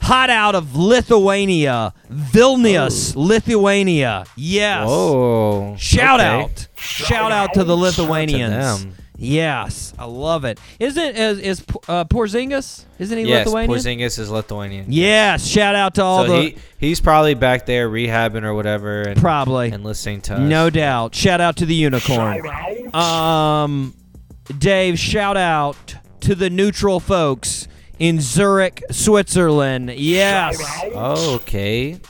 B: hot out of Lithuania,
H: Oh.
B: Vilnius, Lithuania. Yes.
C: Oh,
B: Shout
C: okay.
B: out. Shout out to the Lithuanians.
C: them.
B: Yes, I love it. Isn't is, is uh, Porzingis? Isn't he
C: Yes,
B: Lithuanian?
C: Porzingis is Lithuanian.
B: Yes, shout out to all
C: so
B: the
C: he, he's probably back there rehabbing or whatever, and,
B: probably.
C: and listening to us.
B: No doubt. Shout out to the unicorn.
I: Shout out.
B: Um, Dave, shout out to the neutral folks in Zurich, Switzerland. Yes,
C: Oh, Okay.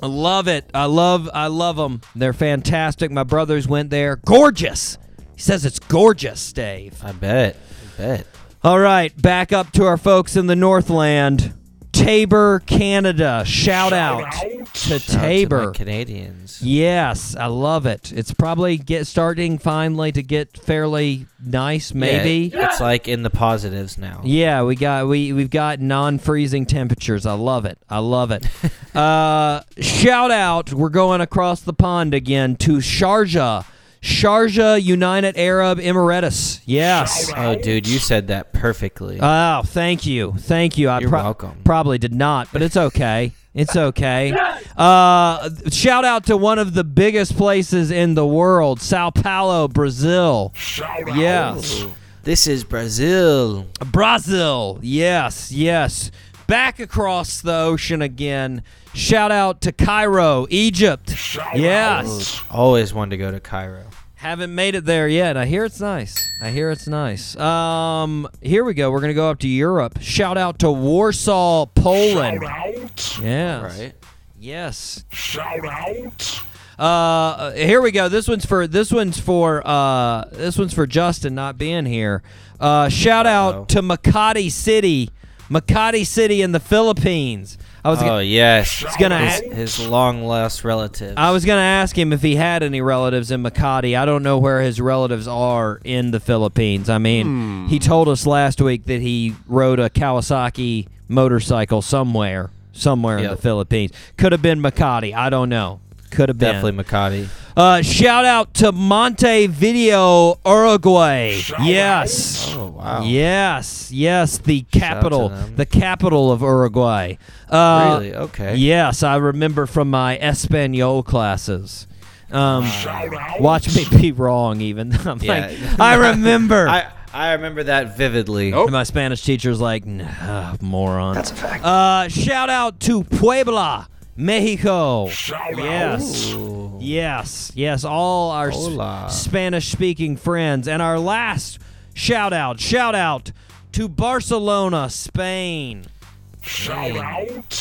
B: I love it. I love, I love them. They're fantastic. My brothers went there. Gorgeous. He says it's gorgeous, Dave.
C: I bet. I bet.
B: All right, back up to our folks in the Northland, Tabor, Canada. Shout out to
C: Shout out to my
B: Tabor.
C: Canadians.
B: Yes, I love it. It's probably get starting finally to get fairly nice, maybe.
C: Yeah, it's like in the positives now.
B: Yeah, we got we we've got non-freezing temperatures. I love it. I love [laughs] it. uh, shout out. We're going across the pond again to Sharjah, Sharjah United Arab Emirates. Yes.
C: Oh, dude, you said that perfectly.
B: Oh, thank you, thank you. I
C: You're welcome.
B: Probably did not, but it's okay. It's okay. Uh, shout out to one of the biggest places in the world, Sao Paulo, Brazil.
I: Shout out.
B: Yes.
C: this is Brazil.
B: Brazil. Yes, yes. Back across the ocean again. Shout out to Cairo, Egypt. yes.
C: Always wanted to go to Cairo.
B: Haven't made it there yet. I hear it's nice. I hear it's nice. Um, here we go. We're gonna go up to Europe. Shout out to Warsaw, Poland.
I: Out.
B: Yes.
C: Right.
B: Yes.
I: Shout out.
B: Uh, here we go. This one's for this one's for uh this one's for Justin not being here. Uh, shout
C: Uh-oh.
B: out to Makati City, Makati City in the Philippines. I was
C: Oh
B: gonna,
C: yes, it's
B: gonna
C: his,
B: ha-
C: his long lost relative.
B: I was gonna ask him if he had any relatives in Makati. I don't know where his relatives are in the Philippines. I mean, he
C: Hmm.
B: told us last week that he rode a Kawasaki motorcycle somewhere, somewhere in
C: Yep.
B: the Philippines. Could have been Makati. I don't know. Could have been.
C: Definitely Makati.
B: Uh, shout out to Montevideo, Uruguay. yes.
C: Oh wow.
B: Yes, yes, the capital,
C: them.
B: the capital of Uruguay. Uh,
C: Really? Okay.
B: Yes, I remember from my Espanol classes. Um,
I: Shout out.
B: watch me be wrong, even. [laughs] I'm
C: Yeah.
B: like, I remember.
C: [laughs] I I remember that vividly.
B: And my Spanish teacher's like, nah, moron. That's a fact. Uh, shout out to Puebla, Mexico.
I: Shout
B: Yes. Yes, yes, all our
C: Hola.
B: Spanish speaking friends. And our last shout out, shout out to Barcelona, Spain.
I: out. Shout out.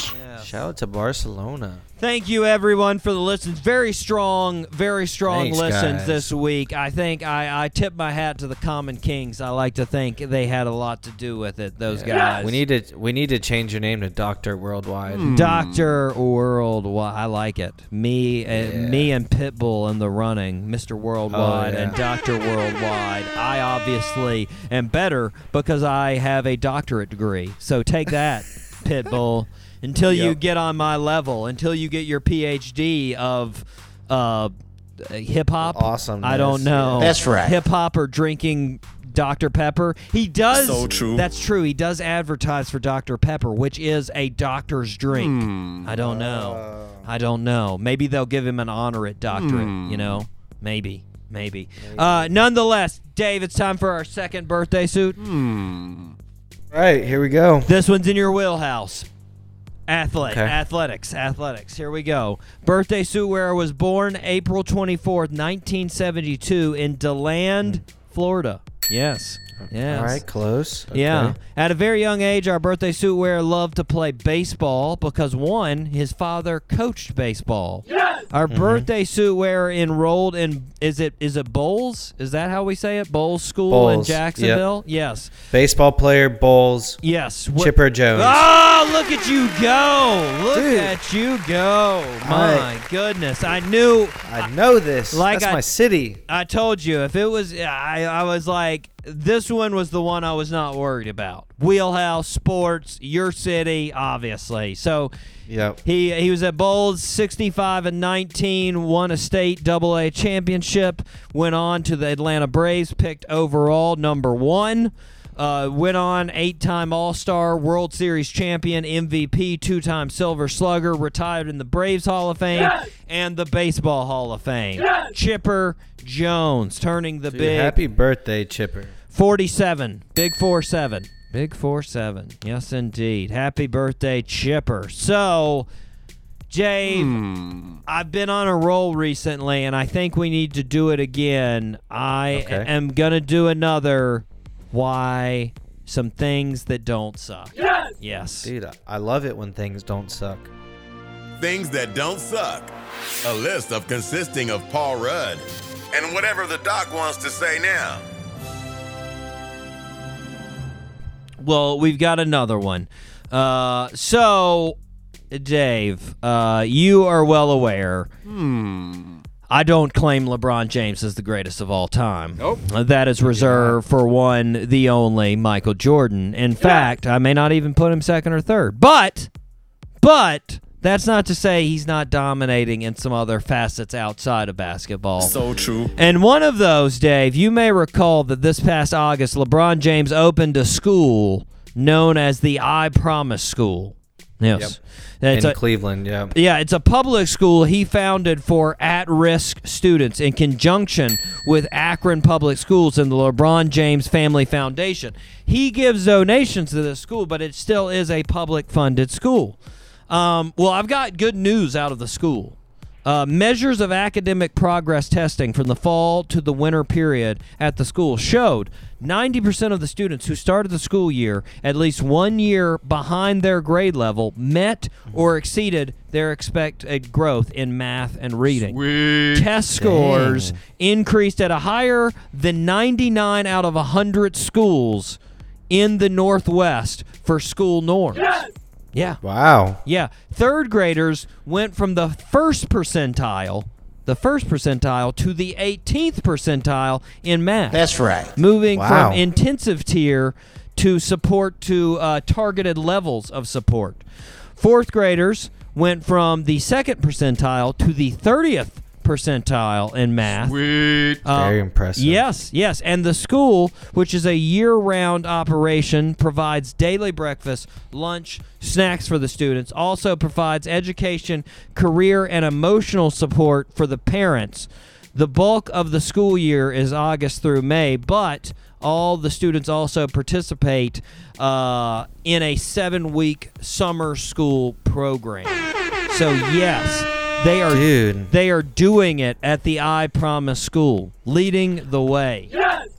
C: Shout out to Barcelona.
B: Thank you, everyone, for the listens. Very strong, very strong
C: Thanks,
B: listens
C: guys.
B: this week. I think I, I tip my hat to the Common Kings. I like to think they had a lot to do with it. Those guys.
C: We need to we need to change your name to Doctor Worldwide.
B: Mm. Doctor World. I like it. Me, uh, me, and Pitbull in the running. Mister Worldwide
C: Oh, yeah.
B: and Doctor Worldwide. I obviously am better because I have a doctorate degree. So take
C: [laughs]
B: that, Pitbull. Until you
C: Yep.
B: get on my level, until you get your PhD of uh, hip hop.
C: Awesomeness,
B: I don't know.
C: yeah.
H: That's right.
B: Hip hop or drinking. Dr. Pepper. He does.
J: So true.
B: That's true. He does advertise for Dr. Pepper, which is a doctor's drink.
J: Hmm.
B: I don't know. I don't know. Maybe they'll give him an honorate doctorate,
J: Hmm.
B: you know? Maybe. Maybe. Uh, nonetheless, Dave, it's time for our second birthday suit.
C: All right, here we go.
B: This one's in your wheelhouse. Athlete,
C: Okay.
B: athletics, athletics. Here we go. Birthday suit wearer was born April 24th, 1972, in DeLand, Florida. Yes. Yes.
C: All right, close.
B: Yeah.
C: Okay.
B: At a very young age, our birthday suit wearer loved to play baseball because one, his father coached baseball. Yes! Our
C: Mm-hmm.
B: birthday suit wearer enrolled in is it is it Bowles? Is that how we say it? Bowles School in
C: Bowles, yep.
B: Jacksonville? Yes.
C: Baseball player, bowls,
B: Yes. What-
C: Chipper Jones.
B: Oh, look at you go. Look
C: Dude.
B: at you go. My
C: I-
B: goodness. I knew
C: I know this.
B: Like
C: That's
B: I-
C: my city.
B: I told you if it was I, I was like this one was the one I was not worried about. Wheelhouse sports, your city, obviously. So
C: Yep.
B: he he was at Bowles, 65 and 19, won a state double A championship, went on to the Atlanta Braves, picked overall number one. Uh, went on eight-time All-Star, World Series champion, MVP, two-time Silver Slugger, retired in the Braves Hall of Fame and the Baseball Hall of Fame. Chipper Jones, turning the
C: Dude,
B: big
C: happy birthday, Chipper.
B: 47. Big 47. Big 47. Yes, indeed. Happy birthday, Chipper. So, Jave, I've been on a roll recently, and I think we need to do it again. I
C: Okay.
B: am going to do another why some things that don't suck. Yes. Yes.
C: Dude, I- I love it when things don't suck.
A: Things that don't suck. A list of consisting of Paul Rudd and whatever the doc wants to say now.
B: Well, we've got another one. Uh, so, Dave, uh, you are well aware. I don't claim LeBron James is the greatest of all time. Nope. That is reserved for one, the only Michael Jordan. In fact, I may not even put him second or third. But, but that's not to say he's not dominating in some other facets outside of basketball.
J: So true.
B: And one of those, Dave, you may recall that this past August, LeBron James opened a school known as the I Promise School. Yes. And it's
C: in
B: a-
C: Cleveland, yeah.
B: yeah, it's a public school he founded for at risk students in conjunction with Akron Public Schools and the LeBron James Family Foundation. He gives donations to this school, but it still is a public funded school. Um, well, I've got good news out of the school. Uh, measures of academic progress testing from the fall to the winter period at the school showed 90% of the students who started the school year at least one year behind their grade level met or exceeded their expected growth in math and reading. Test scores increased at a higher than 99 out of 100 schools in the Northwest for school norms. Yeah.
C: Wow.
B: Yeah, third graders went from the first percentile, the first percentile to the 18th percentile in math.
H: That's right.
B: moving
C: Wow.
B: from intensive tier to support to uh, targeted levels of support. Fourth graders went from the second percentile to the 30th percentile in math. Um,
C: Very impressive.
B: Yes, yes. And the school, which is a year round operation, provides daily breakfast, lunch, snacks for the students, also provides education, career, and emotional support for the parents. The bulk of the school year is August through May, but all the students also participate uh, in a seven week summer school program. So, yes, they are
C: Dude.
B: they are doing it at the I Promise School, leading the way.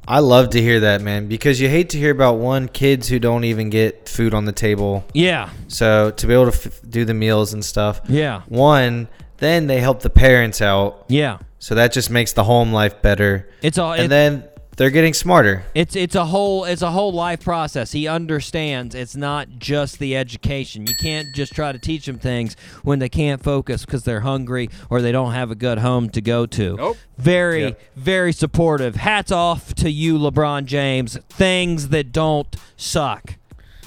C: I love to hear that, man, because you hate to hear about one kids who don't even get food on the table.
B: Yeah.
C: So to be able to f- do the meals and stuff.
B: Yeah.
C: One, then they help the parents out.
B: Yeah.
C: So that just makes the home life better.
B: It's all
C: and
B: it-
C: then they're getting smarter.
B: It's it's a whole it's a whole life process. He understands it's not just the education. You can't just try to teach them things when they can't focus because they're hungry or they don't have a good home to go to.
F: Nope.
B: Very
C: Yep.
B: very supportive. Hats off to you, LeBron James. Things that don't suck.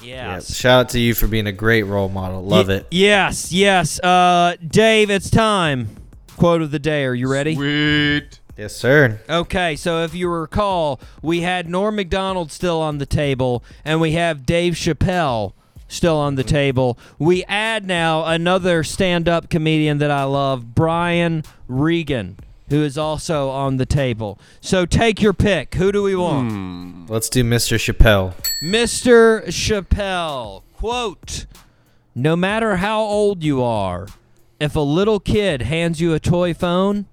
C: Yeah.
B: Yes.
C: Shout out to you for being a great role model. Love
B: Y-
C: it.
B: Yes, yes. Uh, Dave, it's time. Quote of the day. Are you ready?
H: Sweet.
C: Yes, sir.
B: Okay, so if you recall, we had Norm McDonald still on the table, and we have Dave Chappelle still on the table. We add now another stand up comedian that I love, Brian Regan, who is also on the table. So take your pick. Who do we want?
C: Let's do Mr. Chappelle.
B: Mr. Chappelle, quote, no matter how old you are, if a little kid hands you a toy phone,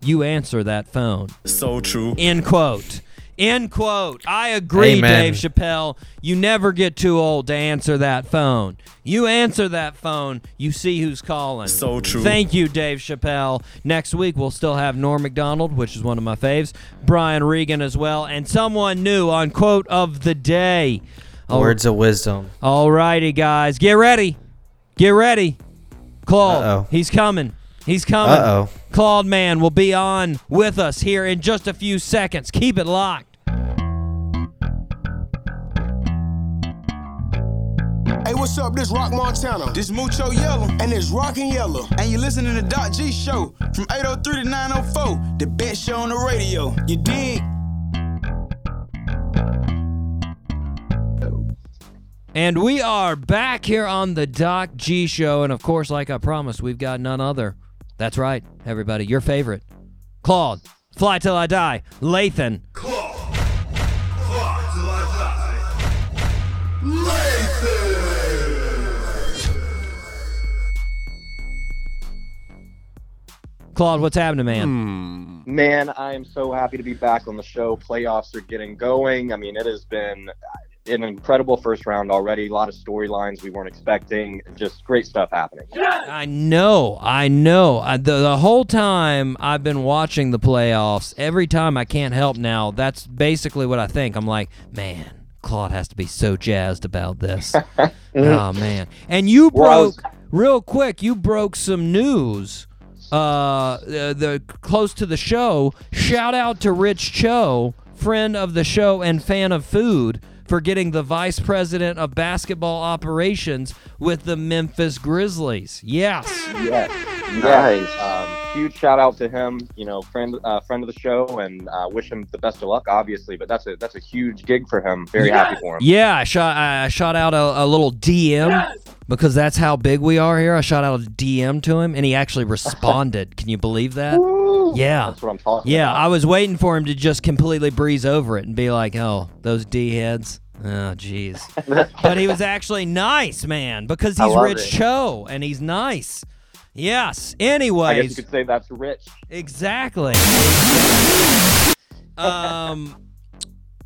B: you answer that phone.
J: So true.
B: End quote. End quote. I agree,
C: Amen.
B: Dave Chappelle. You never get too old to answer that phone. You answer that phone, you see who's calling.
J: So true.
B: Thank you, Dave Chappelle. Next week, we'll still have Norm MacDonald, which is one of my faves, Brian Regan as well, and someone new on Quote of the Day.
C: Words of wisdom.
B: All righty, guys. Get ready. Get ready. Claude,
C: Uh-oh.
B: he's coming. He's coming.
C: Uh-oh.
B: Claude Man will be on with us here in just a few seconds. Keep it locked.
K: Hey, what's up? This Rock Montana. This Mucho Yellow. And it's Rockin' Yellow. And you're listening to Doc G Show from 803 to 904, the best show on the radio. You dig?
B: And we are back here on the Doc G Show. And of course, like I promised, we've got none other. That's right, everybody. Your favorite. Claude, Fly Till I Die, Lathan, Claude, what's happening, man?
L: Man, I am so happy to be back on the show. Playoffs are getting going. I mean, it has been an incredible first round already. A lot of storylines we weren't expecting. Just great stuff happening.
B: I know, I know. I, the, the whole time I've been watching the playoffs, every time I can't help now, that's basically what I think. I'm like, man, Claude has to be so jazzed about
L: [laughs]
B: this. oh, man. And you
L: Well, I was-
B: broke, real quick, you broke some news uh, the, the close to the show. Shout out to Rich Cho, friend of the show and fan of food, for getting the vice president of basketball operations with the Memphis Grizzlies. Yes.
L: Yes. Nice. Um, huge shout out to him. You know, friend uh, friend of the show, and uh, wish him the best of luck. Obviously, but that's a that's a huge gig for him. Very happy for him.
B: Yeah, I shot I I shot out a, a little DM because that's how big we are here. I shot out a DM to him and he actually responded. Can you believe that? Yeah.
L: That's what I'm talking
B: Yeah,
L: about.
B: I was waiting for him to just completely breeze over it and be like, "Oh, those D heads." Oh, jeez.
L: [laughs]
B: but he was actually nice, man, because
L: I
B: he's
L: love
B: Rich
L: it.
B: Cho and he's nice. Yes.
L: I guess you
B: Anyways,
L: could say that's rich.
B: Exactly. um,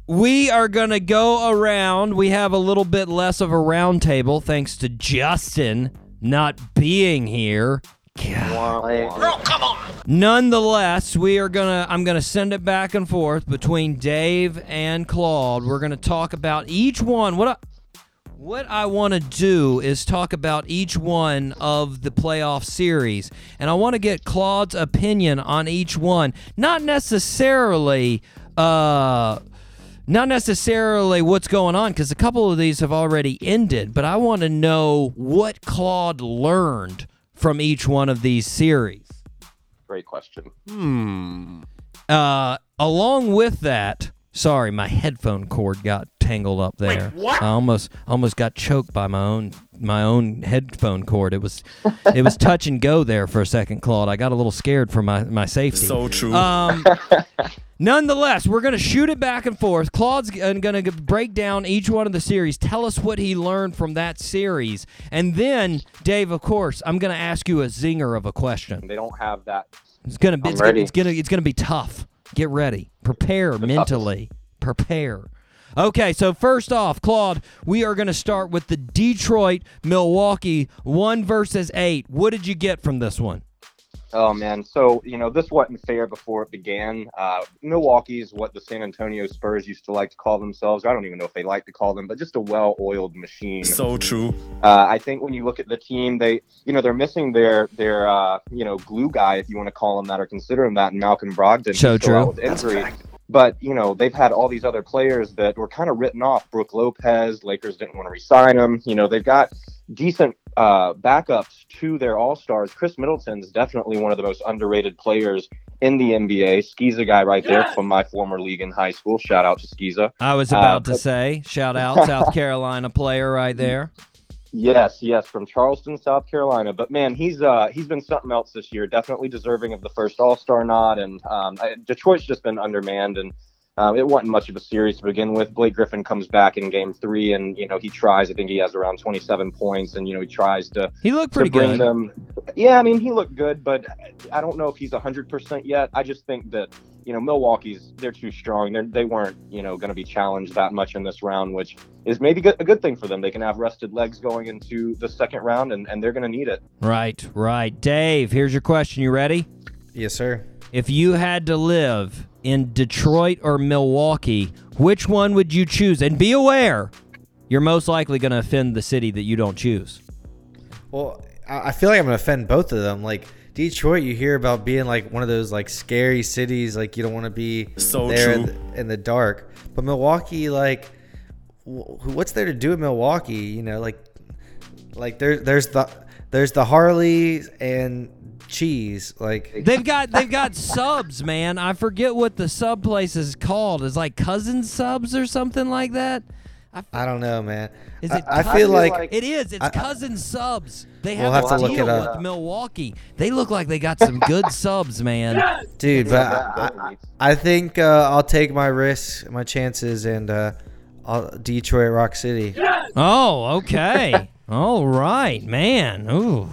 B: we are going to go around. We have a little bit less of a round table thanks to Justin not being here. God. Nonetheless, we are going to I'm going to send it back and forth between Dave and Claude. We're going to talk about each one. What I, what I want to do is talk about each one of the playoff series, and I want to get Claude's opinion on each one. Not necessarily, uh, not necessarily what's going on, because a couple of these have already ended. But I want to know what Claude learned from each one of these series.
L: Great question.
B: Uh, along with that, sorry, my headphone cord got tangled up there.
I: what?
B: I almost almost got choked by my own my own headphone cord. It was it was touch and go there for a second, Claude. I got a little scared for my my safety.
J: So true. [laughs]
B: Um, nonetheless, we're going to shoot it back and forth. Claude's going to break down each one of the series. Tell us what he learned from that series. And then, Dave, of course, I'm going to ask you a zinger of a question.
L: They don't have that.
B: It's going to be
L: I'm
B: it's going
L: ready.
B: it's going to it's going to be tough. Get ready. Prepare mentally. Prepare. Okay, so first off, Claude, we are going to start with the Detroit Milwaukee 1 versus 8. What did you get from this one?
L: Oh man, so you know this wasn't fair before it began. Uh, Milwaukee's what the San Antonio Spurs used to like to call themselves. I don't even know if they like to call them, but just a well-oiled machine.
H: So true.
L: Uh, I think when you look at the team, they you know they're missing their their uh, you know glue guy if you want to call him that or consider him that, and Malcolm Brogdon.
B: So
L: He's still out
B: true.
L: with injury. But you know they've had all these other players that were kind of written off. Brooke Lopez, Lakers didn't want to resign him. You know they've got decent uh, backups to their All Stars. Chris Middleton's definitely one of the most underrated players in the NBA. Skeeza guy right there from my former league in high school. Shout out to Skeeza.
B: I was
L: Uh,
B: about to
L: but-
B: say, shout out South Carolina player right there.
L: Yes, yes, from Charleston, South Carolina. But man, he's uh he's been something else this year. Definitely deserving of the first All Star nod. And um, I- Detroit's just been undermanned, and um, it wasn't much of a series to begin with. Blake Griffin comes back in Game Three, and you know he tries. I think he has around 27 points, and you know he tries to
B: He looked pretty
L: [laughs] to bring
B: good.
L: Them. Yeah, I mean, he looked good, but I don't know if he's 100% yet. I just think that, you know, Milwaukee's, they're too strong. They're, they weren't, you know, going to be challenged that much in this round, which is maybe good, a good thing for them. They can have rested legs going into the second round, and, and they're going to need it.
B: Right, right. Dave, here's your question. You ready?
C: Yes, sir.
B: If you had to live in Detroit or Milwaukee, which one would you choose? And be aware, you're most likely going to offend the city that you don't choose.
C: Well, I I feel like I'm gonna offend both of them. Like Detroit, you hear about being like one of those like scary cities, like you don't want to be
H: So
C: there in
H: true.
C: the, in the dark. But Milwaukee, like, wh- what's there to do in Milwaukee? You know, like, like there, there's the there's the Harley and cheese. Like
B: They've got they've got subs, man. I forget what the sub place is called. It's like cousin subs or something like that.
C: I don't know, man.
B: Is
C: I-
B: it?
C: I,
B: cousin-
C: feel like,
B: it is. It's
C: I-
B: cousin subs. They
C: We'll
B: have,
C: have
B: a
C: to look
B: deal
C: it up.
B: with Milwaukee. They look like they got some
C: [laughs]
B: good subs, man.
C: dude. But I, I, I think uh, I'll take my risks, my chances, and uh, I'll, Detroit Rock City.
B: Oh, okay. [laughs] All right, man. Ooh,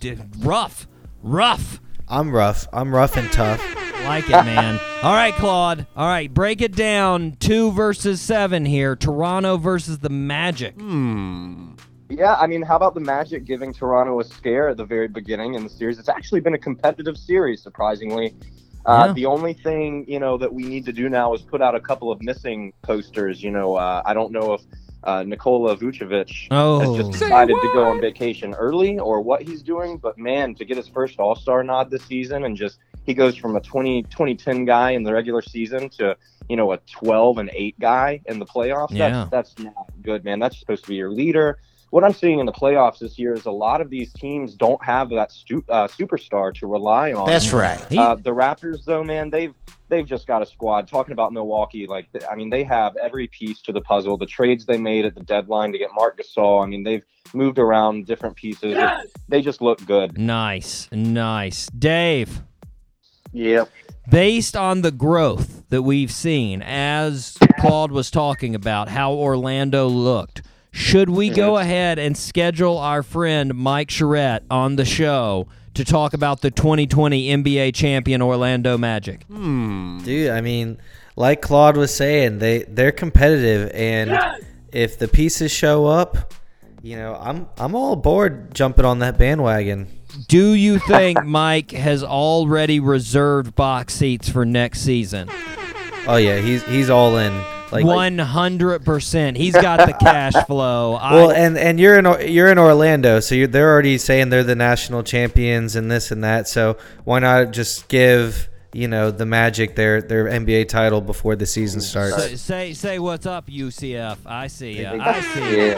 B: d- rough, rough.
C: I'm rough. I'm rough and tough.
B: Like it, man. All right, Claude. All right, break it down. Two versus seven here. Toronto versus the Magic.
A: Hmm.
L: Yeah, I mean, how about the Magic giving Toronto a scare at the very beginning in the series? It's actually been a competitive series, surprisingly. Uh,
B: Yeah.
L: The only thing you know that we need to do now is put out a couple of missing posters. You know, uh, I don't know if uh, Nikola Vucevic
B: Oh.
L: has just decided to go on vacation early or what he's doing, but man, to get his first All Star nod this season and just he goes from a 20, 2010 guy in the regular season to you know a twelve and eight guy in the playoffs.
B: Yeah.
L: That's that's not good, man. That's supposed to be your leader what I'm seeing in the playoffs this year is a lot of these teams don't have that stu- uh, superstar to rely on.
J: That's right.
L: Uh, the Raptors, though, man, they've they've just got a squad. Talking about Milwaukee, like th- I mean, they have every piece to the puzzle. The trades they made at the deadline to get Mark Gasol. I mean, they've moved around different pieces. They just look good.
B: Nice, nice. Dave,
L: Yeah.
B: based on the growth that we've seen, as Claude was talking about, how Orlando looked, should we go ahead and schedule our friend Mike Charette on the show to talk about the 2020 NBA champion Orlando Magic?
C: Dude, I mean, like Claude was saying, they they're competitive, and if the pieces show up, you know, I'm I'm all aboard jumping on that bandwagon.
B: Do you think Mike has already reserved box seats for next season?
C: Oh yeah, he's he's all in. Like
B: One hundred percent. He's got the cash flow. I-
C: well, and and you're in Or- you're in Orlando, so you're, they're already saying they're the national champions and this and that. So why not just give you know the Magic their their NBA title before the season starts?
B: Say, say say what's up, UCF. I see ya.
C: Yeah.
B: I see ya.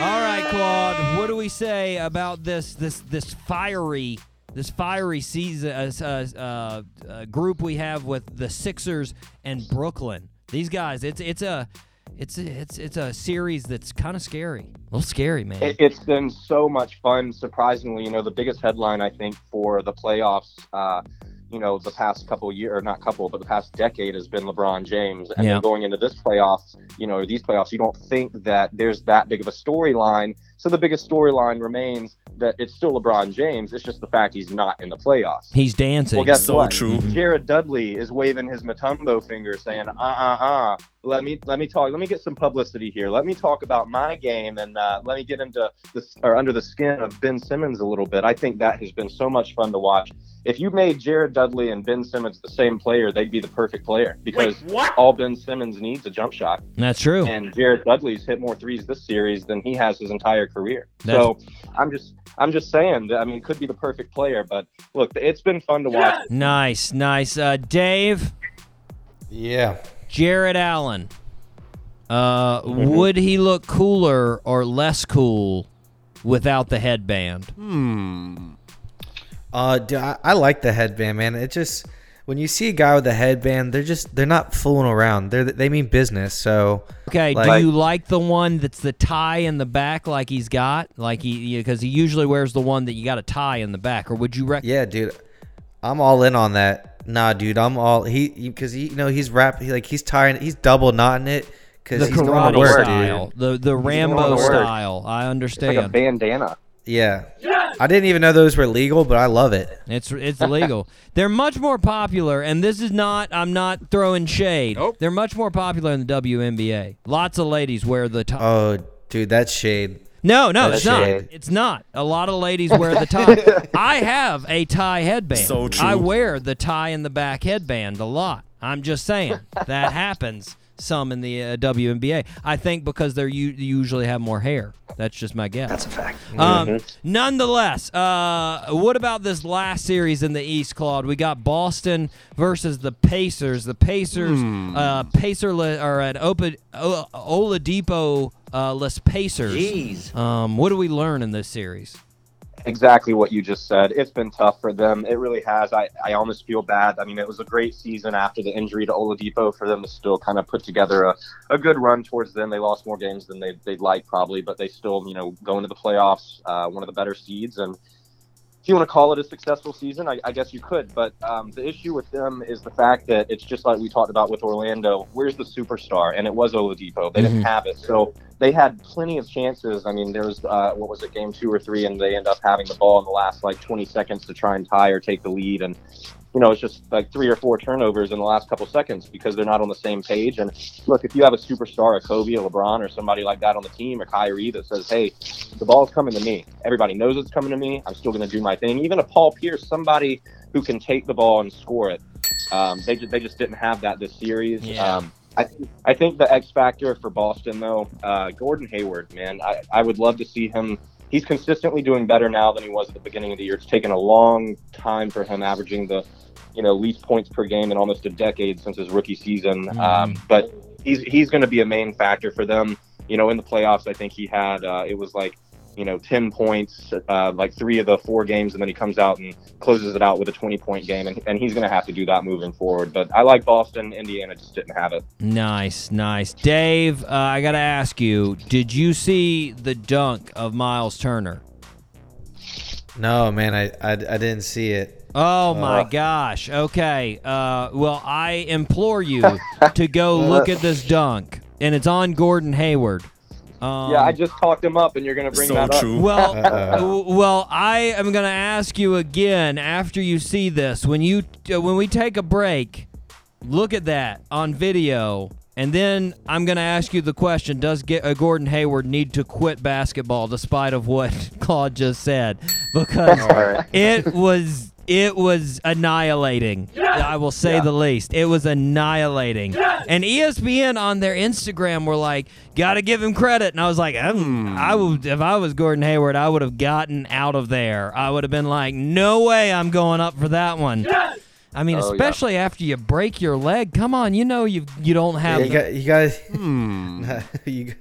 B: All right, Claude. What do we say about this this this fiery this fiery season uh, uh, uh, uh, group we have with the Sixers and Brooklyn? These guys. It's it's a it's a- it's it's a series that's kind of scary. A little scary, man.
L: It, it's been so much fun. Surprisingly, you know, the biggest headline I think for the playoffs, uh, you know, the past couple year or not couple, but the past decade has been LeBron James. And
M: Yeah.
L: then going into this playoffs, you know, these playoffs, you don't think that there's that big of a storyline. So the biggest storyline remains that it's still LeBron James. It's just the fact he's not in the playoffs.
B: He's dancing.
L: Well, guess what? Jared Dudley is waving his Matumbo finger, saying, "Uh, uh, uh. Let me let me talk. Let me get some publicity here. Let me talk about my game, and uh, let me get into this or under the skin of Ben Simmons a little bit. I think that has been so much fun to watch. If you made Jared Dudley and Ben Simmons the same player, they'd be the perfect player because all Ben Simmons needs a jump shot.
B: That's true.
L: And Jared Dudley's hit more threes this series than he has his entire career.
B: That's-
L: so I'm just I'm just saying. that, I mean, could be the perfect player, but look, it's been fun to watch.
B: Nice, nice. Uh, Dave.
C: Yeah.
B: Jared Allen. Uh, Would he look cooler or less cool without the headband?
C: Hmm. Uh, dude, I, I like the headband, man. It just when you see a guy with a headband, they're just they're not fooling around. They they mean business. So
B: Okay, do you like the one that's the tie in the back, like he's got, like he because he usually wears the one that you got a tie in the back, or would you rec-
C: Yeah, dude, I'm all in on that. Nah, dude, I'm all he because he, you know he's wrap he, like he's tying he's double knotting it because
B: the
C: he's going
B: karate
C: to work,
B: style,
C: dude.
B: the the
C: He's
B: Rambo
C: going to work.
B: style? I understand.
L: bandana.
C: Yeah, I didn't even know those were legal, but I love it.
B: It's it's legal. They're much more popular, and this is not. I'm not throwing shade. They're much more popular in the WNBA. Lots of ladies wear the top.
C: Oh, dude, that's shade.
B: No, no,
C: That's
B: it's not.
C: shade.
B: It's not. A lot of ladies wear the tie. I have a tie headband.
C: So true.
B: I wear the tie in the back headband a lot. I'm just saying that happens some in the uh, WNBA. I think because they're u- usually have more hair. That's just my guess. That's a fact. Um,
H: Mhm.
B: Nonetheless, uh, what about this last series in the East, Claude? We got Boston versus the Pacers. The Pacers,
H: Hmm.
B: uh, Pacerle- or at Opa, o- Oladipo. Uh, less Pacers. Jeez. Um, what do we learn in this series?
L: exactly what you just said. It's been tough for them. It really has. I, I almost feel bad. I mean, it was a great season after the injury to Oladipo for them to still kind of put together a, a good run towards them. They lost more games than they, they'd like probably, but they still, you know, go into the playoffs, uh, one of the better seeds. And if you want to call it a successful season, I, I guess you could. But um, the issue with them is the fact that it's just like we talked about with Orlando. Where's the superstar? And it was Oladipo. They didn't
H: Mhm.
L: have it. So they had plenty of chances. I mean, there was uh, what was it, game two or three, and they end up having the ball in the last like 20 seconds to try and tie or take the lead. And you know, it's just like three or four turnovers in the last couple seconds because they're not on the same page. And look, if you have a superstar, a Kobe, a LeBron, or somebody like that on the team, or Kyrie, that says, "Hey, the ball's coming to me. Everybody knows it's coming to me. I'm still going to do my thing." Even a Paul Pierce, somebody who can take the ball and score it. Um, they just, they just didn't have that this series.
H: Yeah.
L: Um, I, I think the X factor for Boston, though, uh, Gordon Hayward, man, I, I would love to see him. He's consistently doing better now than he was at the beginning of the year. It's taken a long time for him, averaging the, you know, least points per game in almost a decade since his rookie season. Um, but he's he's going to be a main factor for them. You know, in the playoffs, I think he had uh, it was like you know ten points, uh, like three of the four games, and then he comes out and closes it out with a twenty point game, and, and he's going to have to do that moving forward. But I like Boston. Indiana just didn't have it.
B: Nice, nice. Dave, uh, I got to ask you, did you see the dunk of Miles Turner?
C: No, man, I I, I didn't see it.
B: Oh my
C: Uh.
B: gosh. Okay. Uh, well, I implore you to go look at this dunk, and it's on Gordon Hayward. Um,
L: yeah, I just talked him up, and you're going to bring that
H: [laughs]
L: up.
B: Well, w- well, I am going to ask you again after you see this. When you uh, when we take a break, look at that on video, and then I'm going to ask you the question: Does Ge- uh, Gordon Hayward need to quit basketball, despite of what [laughs] Claude just said? Because
H: All right.
B: it was it was annihilating. I will say the least. It was annihilating. And E ESPN on their Instagram were like, "Gotta give him credit," and I was like, "Um, "I would if I was Gordon Hayward, I would have gotten out of there. I would have been like, no way, I'm going up for that one." I mean,
C: Oh, yeah.
B: especially after you break your leg. Come on, you know you you don't have.
C: Yeah, you
B: the-
C: got you got [laughs] you,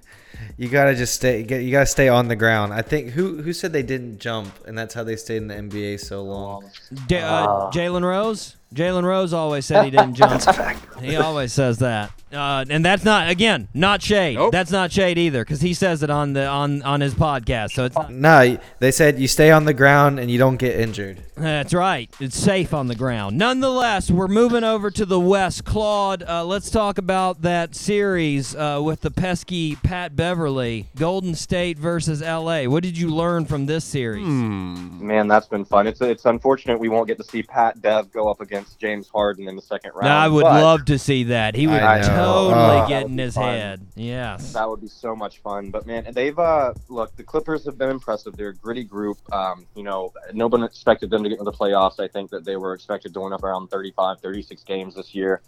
C: you gotta just stay. You gotta- you gotta stay on the ground. I think who who said they didn't jump, and that's how they stayed in the NBA so long.
B: Da- uh, Jalen Rose. Jalen Rose always said he didn't jump.
C: [laughs] That's a fact.
B: He always says that, uh, and that's not again not shade. That's not shade either, because he says it on the on on his podcast. So it's not,
C: No, they said you stay on the ground and you don't get injured.
B: that's right. It's safe on the ground. Nonetheless, we're moving over to the West. Claude, uh, let's talk about that series uh, with the pesky Pat Beverly, Golden State versus L.A. What did you learn from this series?
L: Man, that's been fun. It's it's unfortunate we won't get to see Pat Dev go up against James Harden in the second round.
B: I would
L: but
B: love to see that. He would
C: I know.
B: totally
C: Oh.
B: get in his
L: Fun.
B: head. Yes.
L: That would be so much fun. But man, they've uh look, the Clippers have been impressive. They're a gritty group. Um, you know, no one expected them to get into the playoffs. I think that they were expected to win up around 35, 36 games this year.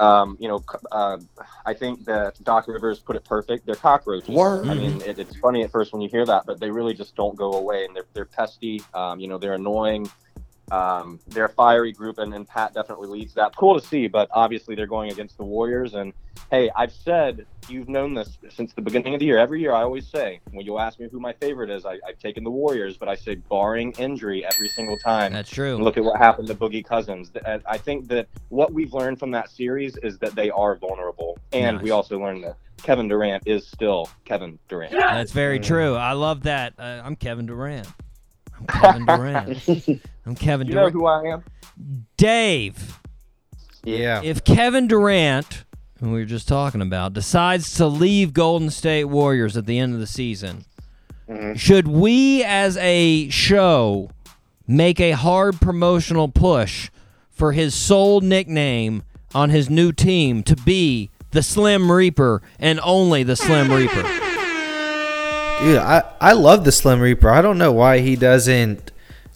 L: Um, you know, c- uh, I think that Doc Rivers put it perfect. They're cockroaches.
F: Word.
L: I mean, it, it's funny at first when you hear that, but they really just don't go away, and they're they're pesty. Um, you know, they're annoying. Um, they're a fiery group, and, and Pat definitely leads that. Cool to see, but obviously they're going against the Warriors. And hey, I've said you've known this since the beginning of the year. Every year, I always say when you ask me who my favorite is, I, I've taken the Warriors, but I say barring injury every single time.
B: That's true.
L: And Look at what happened to Boogie Cousins. Th- I- I think that what we've learned from that series is that they are vulnerable, and we
B: Nice.
L: also learned that Kevin Durant is still Kevin Durant.
B: That's very true. I love that. Uh, I'm Kevin Durant. I'm Kevin Durant. I'm Kevin
L: You know
B: Durant.
L: who I am?
B: Dave,
C: Yeah.
B: if Kevin Durant, who we were just talking about, decides to leave Golden State Warriors at the end of the season, should we as a show make a hard promotional push for his sole nickname on his new team to be the Slim Reaper and only the Slim Reaper?
C: Dude, I, I love the Slim Reaper. I don't know why he doesn't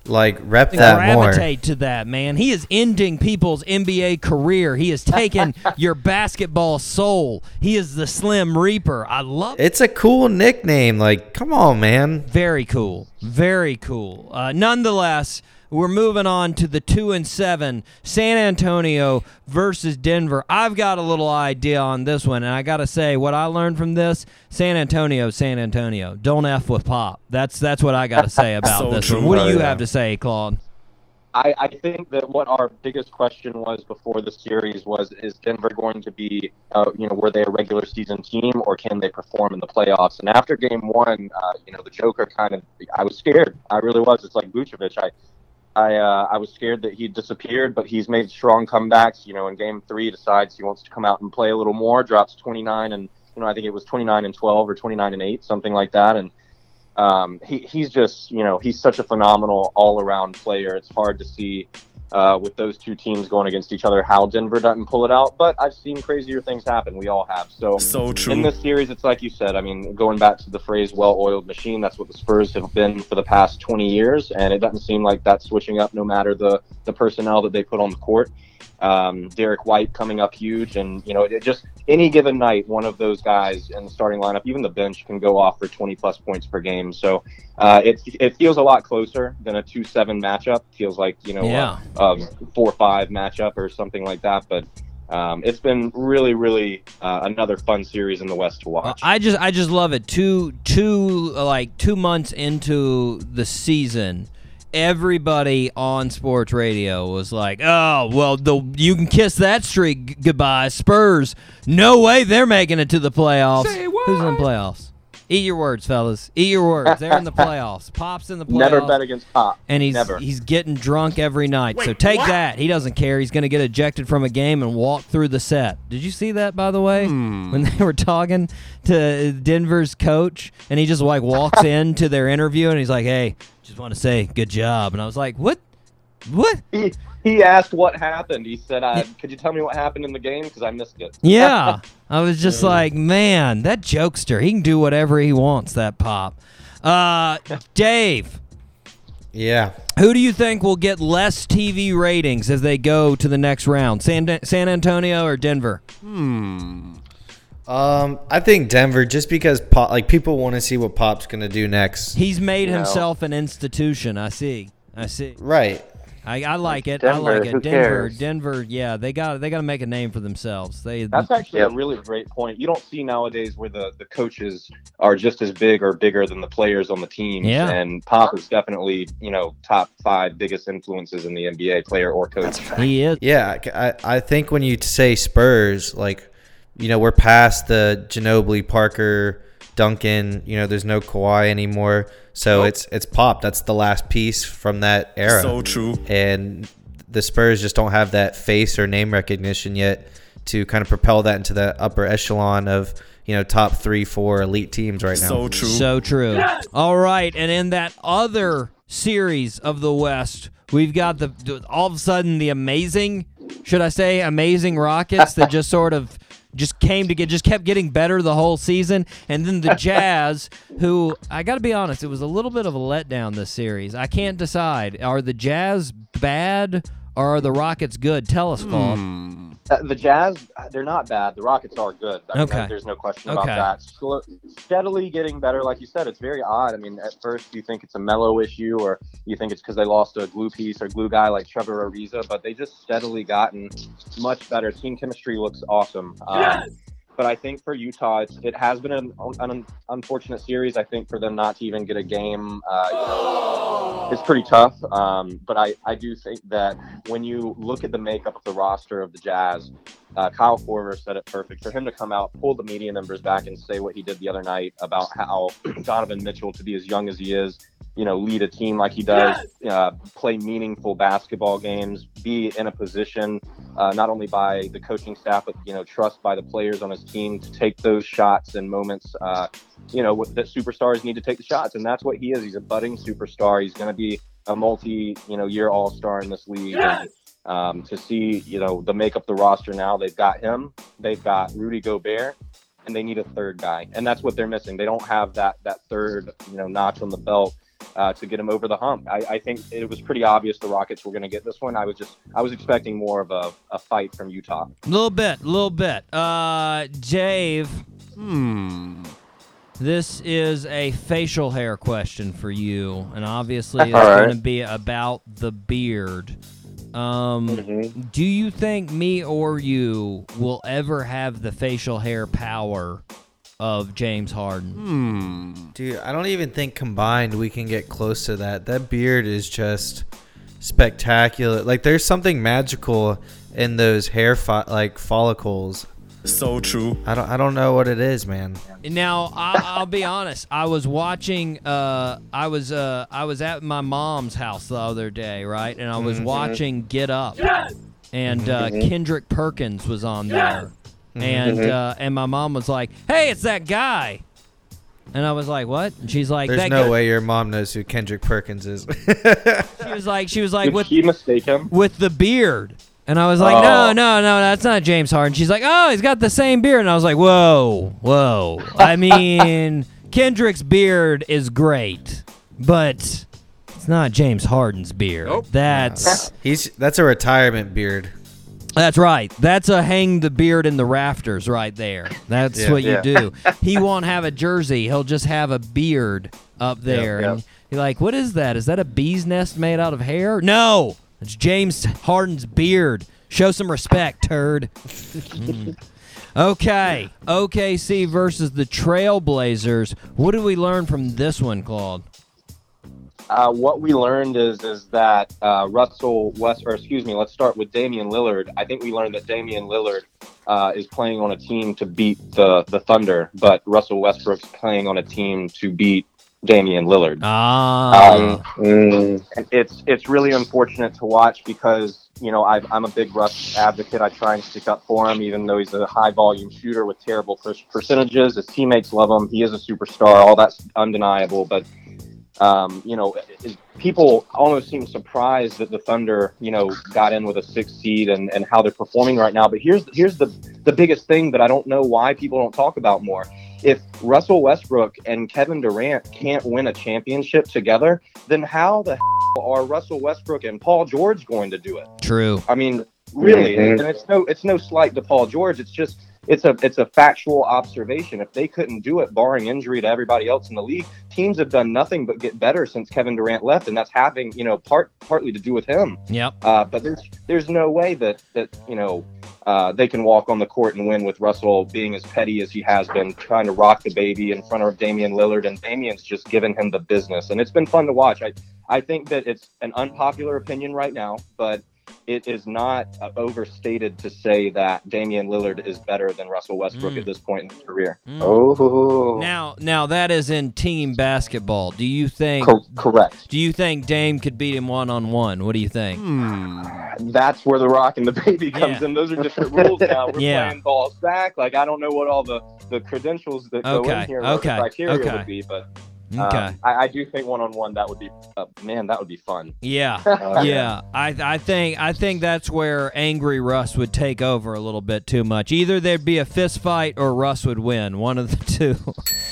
C: like rep that more.
B: gravitate to that, man. He is ending people's NBA career. He is taking your basketball soul. He is the Slim Reaper. I love it.
C: It's a cool nickname. Like, come on, man.
B: Very cool. Very cool. Uh, nonetheless, we're moving on to the two and seven San Antonio versus Denver. I've got a little idea on this one, and I gotta say, what I learned from this: San Antonio, San Antonio, don't f with pop. That's that's what I gotta say about
I: So
B: this.
I: true.
B: one. What do
I: Oh,
B: you
I: yeah.
B: have to say, Claude?
L: I, I think that what our biggest question was before the series was: Is Denver going to be, uh, you know, were they a regular season team, or can they perform in the playoffs? And after Game One, uh, you know, the Joker kind of, I was scared. I really was. It's like Vucevic. I, I, uh, I was scared that he disappeared, but he's made strong comebacks. You know, in Game Three, decides he wants to come out and play a little more. Drops 29 and, you know, I think it was 29 and 12 or 29 and 8, something like that, and um, he, he's just you know he's such a phenomenal all around player. It's hard to see uh, with those two teams going against each other how Denver doesn't pull it out. But I've seen crazier things happen. We all have. So
I: So
L: in
I: true.
L: this series, it's like you said. I mean, going back to the phrase "well oiled machine," that's what the Spurs have been for the past 20 years, and it doesn't seem like that's switching up no matter the the personnel that they put on the court. Um, Derek White coming up huge, and you know, it just any given night, one of those guys in the starting lineup, even the bench, can go off for 20 plus points per game. So uh, it it feels a lot closer than a two-seven matchup. Feels like you know,
B: Yeah.
L: uh, um, four-five matchup or something like that, but. Um, it's been really, really uh, another fun series in the West to watch.
B: I just I just love it. Two two uh, like two months into the season, everybody on sports radio was like, "Oh well, the you can kiss that streak g- goodbye, Spurs. No way they're making it to the playoffs. Who's in the playoffs? Eat your words, fellas. Eat your words. They're
L: [laughs]
B: in the playoffs. Pops in the playoffs.
L: Never bet against Pop.
B: And he's
L: never.
B: he's getting drunk every night. so take that. He doesn't care. He's going to get ejected from a game and walk through the set. Did you see that by the way? When they were talking to Denver's coach and he just like [laughs] walks into their interview and he's like, "Hey, just want to say good job." And I was like, "What? What?"
L: he, he asked what happened. He said, uh, "Could you tell me what happened in the game? Because I missed it."
B: [laughs] Yeah. I was just like, "Man, that jokester. He can do whatever he wants, that pop." [laughs] Uh, Dave,
C: Yeah.
B: Who do you think will get less TV ratings as they go to the next round? San, San Antonio or Denver?
C: Um, I think Denver just because Pop, like people want to see what Pop's gonna do next.
B: He's made
L: No.
B: himself an institution. I see. I see.
C: Right.
B: I, I like it. I
L: Denver,
B: like it.
L: who
B: Denver,
L: cares?
B: Denver. Yeah, they got they got to make a name for themselves. They
L: That's actually a really great point. You don't see nowadays where the, the coaches are just as big or bigger than the players on the team.
B: Yeah.
L: And Pop is definitely, you know, top five biggest influences in the NBA player or coach.
B: He is.
C: Yeah, I, I- I think when you say Spurs, like, you know, we're past the Ginobili, Parker, Duncan. You know, there's no Kawhi anymore, so
H: Nope.
C: it's it's Pop. That's the last piece from that era.
H: So true.
C: And the Spurs just don't have that face or name recognition yet to kind of propel that into the upper echelon of you know top three, four elite teams right now.
B: So true. All right, and in that other series of the West, we've got the all of a sudden the amazing, should I say, amazing Rockets that just sort of just came to get just kept getting better the whole season, and then the Jazz, who I got to be honest, it was a little bit of a letdown this series. I can't decide. Are the Jazz bad or are the Rockets good? Tell us, Paul.
L: Uh, the Jazz, uh, they're not bad. The Rockets are good. I mean,
B: Okay.
L: that- there's no question
B: Okay.
L: about that. Slow, steadily getting better, like you said. It's very odd. I mean, at first you think it's a mellow issue, or you think it's because they lost a glue piece or glue guy like Trevor Ariza, but they just steadily gotten much better. Team chemistry looks awesome. Um, But I think for Utah, it's, it has been an, an unfortunate series. I think for them not to even get a game, uh, you know, it's pretty tough. Um, but I, I do think that when you look at the makeup of the roster of the Jazz, uh, Kyle Korver said it perfect. For him to come out, pull the media members back, and say what he did the other night about how [clears throat] Donovan Mitchell, to be as young as he is, you know, lead a team like he does, uh, play meaningful basketball games, be in a position uh, not only by the coaching staff, but you know, trust by the players on his team to take those shots and moments. Uh, you know, with- that superstars need to take the shots, and that's what he is. He's a budding superstar. He's going to be a multi, you know, year All Star in this league. And, um, to see, you know, the make up the roster now, they've got him, they've got Rudy Gobert, and they need a third guy, and that's what they're missing. They don't have that that third, you know, notch on the belt uh, to get him over the hump. I, I think it was pretty obvious the Rockets were going to get this one. I was just I was expecting more of a, a fight from Utah.
B: A little bit, a little bit. Uh, Dave.
L: Hmm.
B: This is a facial hair question for you, and obviously it's
J: All right.
B: going to be about the beard. Um,
J: Mm-hmm.
B: Do you think me or you will ever have the facial hair power of James Harden?
C: Dude, I don't even think combined we can get close to that. That beard is just spectacular. Like there's something magical in those hair fo- like follicles.
H: So true.
C: I don't I don't know what it is, man.
B: Now I, I'll be honest. I was watching. Uh, I was. Uh, I was at my mom's house the other day, right? And I was
C: Mm-hmm.
J: Mhm.
B: watching Get Up, and uh,
J: Mhm.
B: Kendrick Perkins was on there,
C: Mm-hmm.
J: Mhm.
B: and uh, and my mom was like, "Hey, it's that guy," and I was like, "What?" And she's like,
C: There's
B: "That
C: no
B: guy-
C: way your mom knows who Kendrick Perkins is. [laughs]
B: She was like, "She was like
C: Did
B: with
L: he mistake him
B: with the beard," and I was like, "No,
J: Oh.
B: no, no, that's not James Harden." She's like, "Oh, he's got the same beard," and I was like, "Whoa, whoa." I mean, Kendrick's beard is great, but it's not James Harden's beard. That's
C: He's that's a retirement beard.
B: that's right. That's a hang the beard in the rafters right there. That's
C: Yeah.
B: what you
C: Yeah.
B: do. He won't have a jersey. He'll just have a beard up there.
J: yeah.
B: And you're like, what is that? Is that a bee's nest made out of hair? No, it's James Harden's beard. Show some respect, turd. Mm. Okay, OKC versus the Trailblazers. What did we learn from this one, Claude?
L: Uh, what we learned is is that uh, Russell West, or excuse me, let's start with Damian Lillard. I think we learned that Damian Lillard uh, is playing on a team to beat the the Thunder, but Russell Westbrook's playing on a team to beat Damian Lillard.
B: Ah,
L: Um, And it's it's really unfortunate to watch because you know i I'm a big Russ advocate. I try and stick up for him, even though he's a high volume shooter with terrible per- percentages. His teammates love him. He is a superstar. All that's undeniable. But um, you know, it- people almost seem surprised that the Thunder you know got in with a six seed and, and how they're performing right now. But here's here's the the biggest thing that I don't know why people don't talk about more. If Russell Westbrook and Kevin Durant can't win a championship together, then how the are Russell Westbrook and Paul George going to do it?
B: True.
L: I mean, really,
B: Mhm.
L: and it's no it's no slight to Paul George. It's just it's a it's a factual observation. If they couldn't do it, barring injury to everybody else in the league, teams have done nothing but get better since Kevin Durant left, and that's having you know part partly to do with him.
B: Yep.
L: Uh, but there's there's no way that that you know uh, they can walk on the court and win with Russell being as petty as he has been, trying to rock the baby in front of Damian Lillard, and Damian's just giving him the business. And it's been fun to watch. I I think that it's an unpopular opinion right now, but it is not uh, overstated to say that Damian Lillard is better than Russell Westbrook
B: Mm.
L: at this point in his career.
B: Mm.
L: Oh,
B: Now, now that is in team basketball. Do you think?
L: Cor- correct.
B: Do you think Dame could beat him one on one? What do you think?
L: Hmm. That's where the rock and the [laughs] baby comes in. Those are different rules now.
B: [laughs]
L: We're
B: Yeah.
L: playing balls back. Like I don't know what all the, the credentials that go
B: Okay,
L: in here and what
B: okay,
L: the criteria
B: okay.
L: would be, but um,
B: Okay.
L: I, I do think one on one that would be uh, man, that would be fun. [laughs]
B: yeah.
L: Uh,
B: yeah. I I think I think that's where angry Russ would take over a little bit too much. Either there'd be a fist fight or Russ would win. One of the [laughs] two.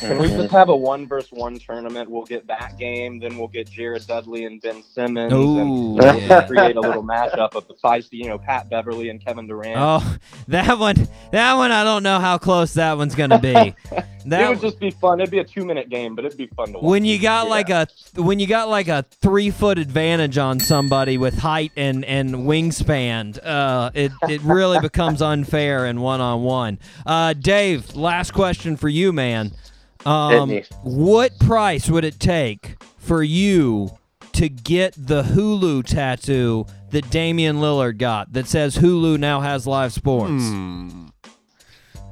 L: Can we just have a one versus one tournament? We'll get that game, then we'll get Jared Dudley and Ben Simmons,
B: Ooh,
L: and we'll
B: yeah.
L: create a little mashup of the five, you know, Pat Beverly and Kevin Durant.
B: Oh, that one. That one. I don't know how close that one's gonna be.
L: [laughs] it
B: That
L: would just be fun. It'd be a two minute game, but it'd be fun to watch.
B: when you got
L: Yeah.
B: like a when you got like a three foot advantage on somebody with height and and wingspan, uh, it it
H: [laughs]
B: really becomes unfair in one on one. Uh, Dave, last question for you, man. Um,
H: Hit me.
B: what price would it take for you to get the Hulu tattoo that Damian Lillard got that says Hulu now has live sports?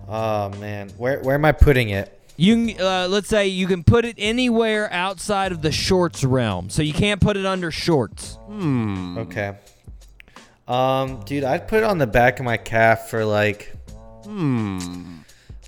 C: Oh man, where where am I putting it?
B: You can, uh, let's say you can put it anywhere outside of the shorts realm, so you can't put it under shorts.
C: Hmm. Okay. Um, dude, I'd put it on the back of my calf for like, hmm,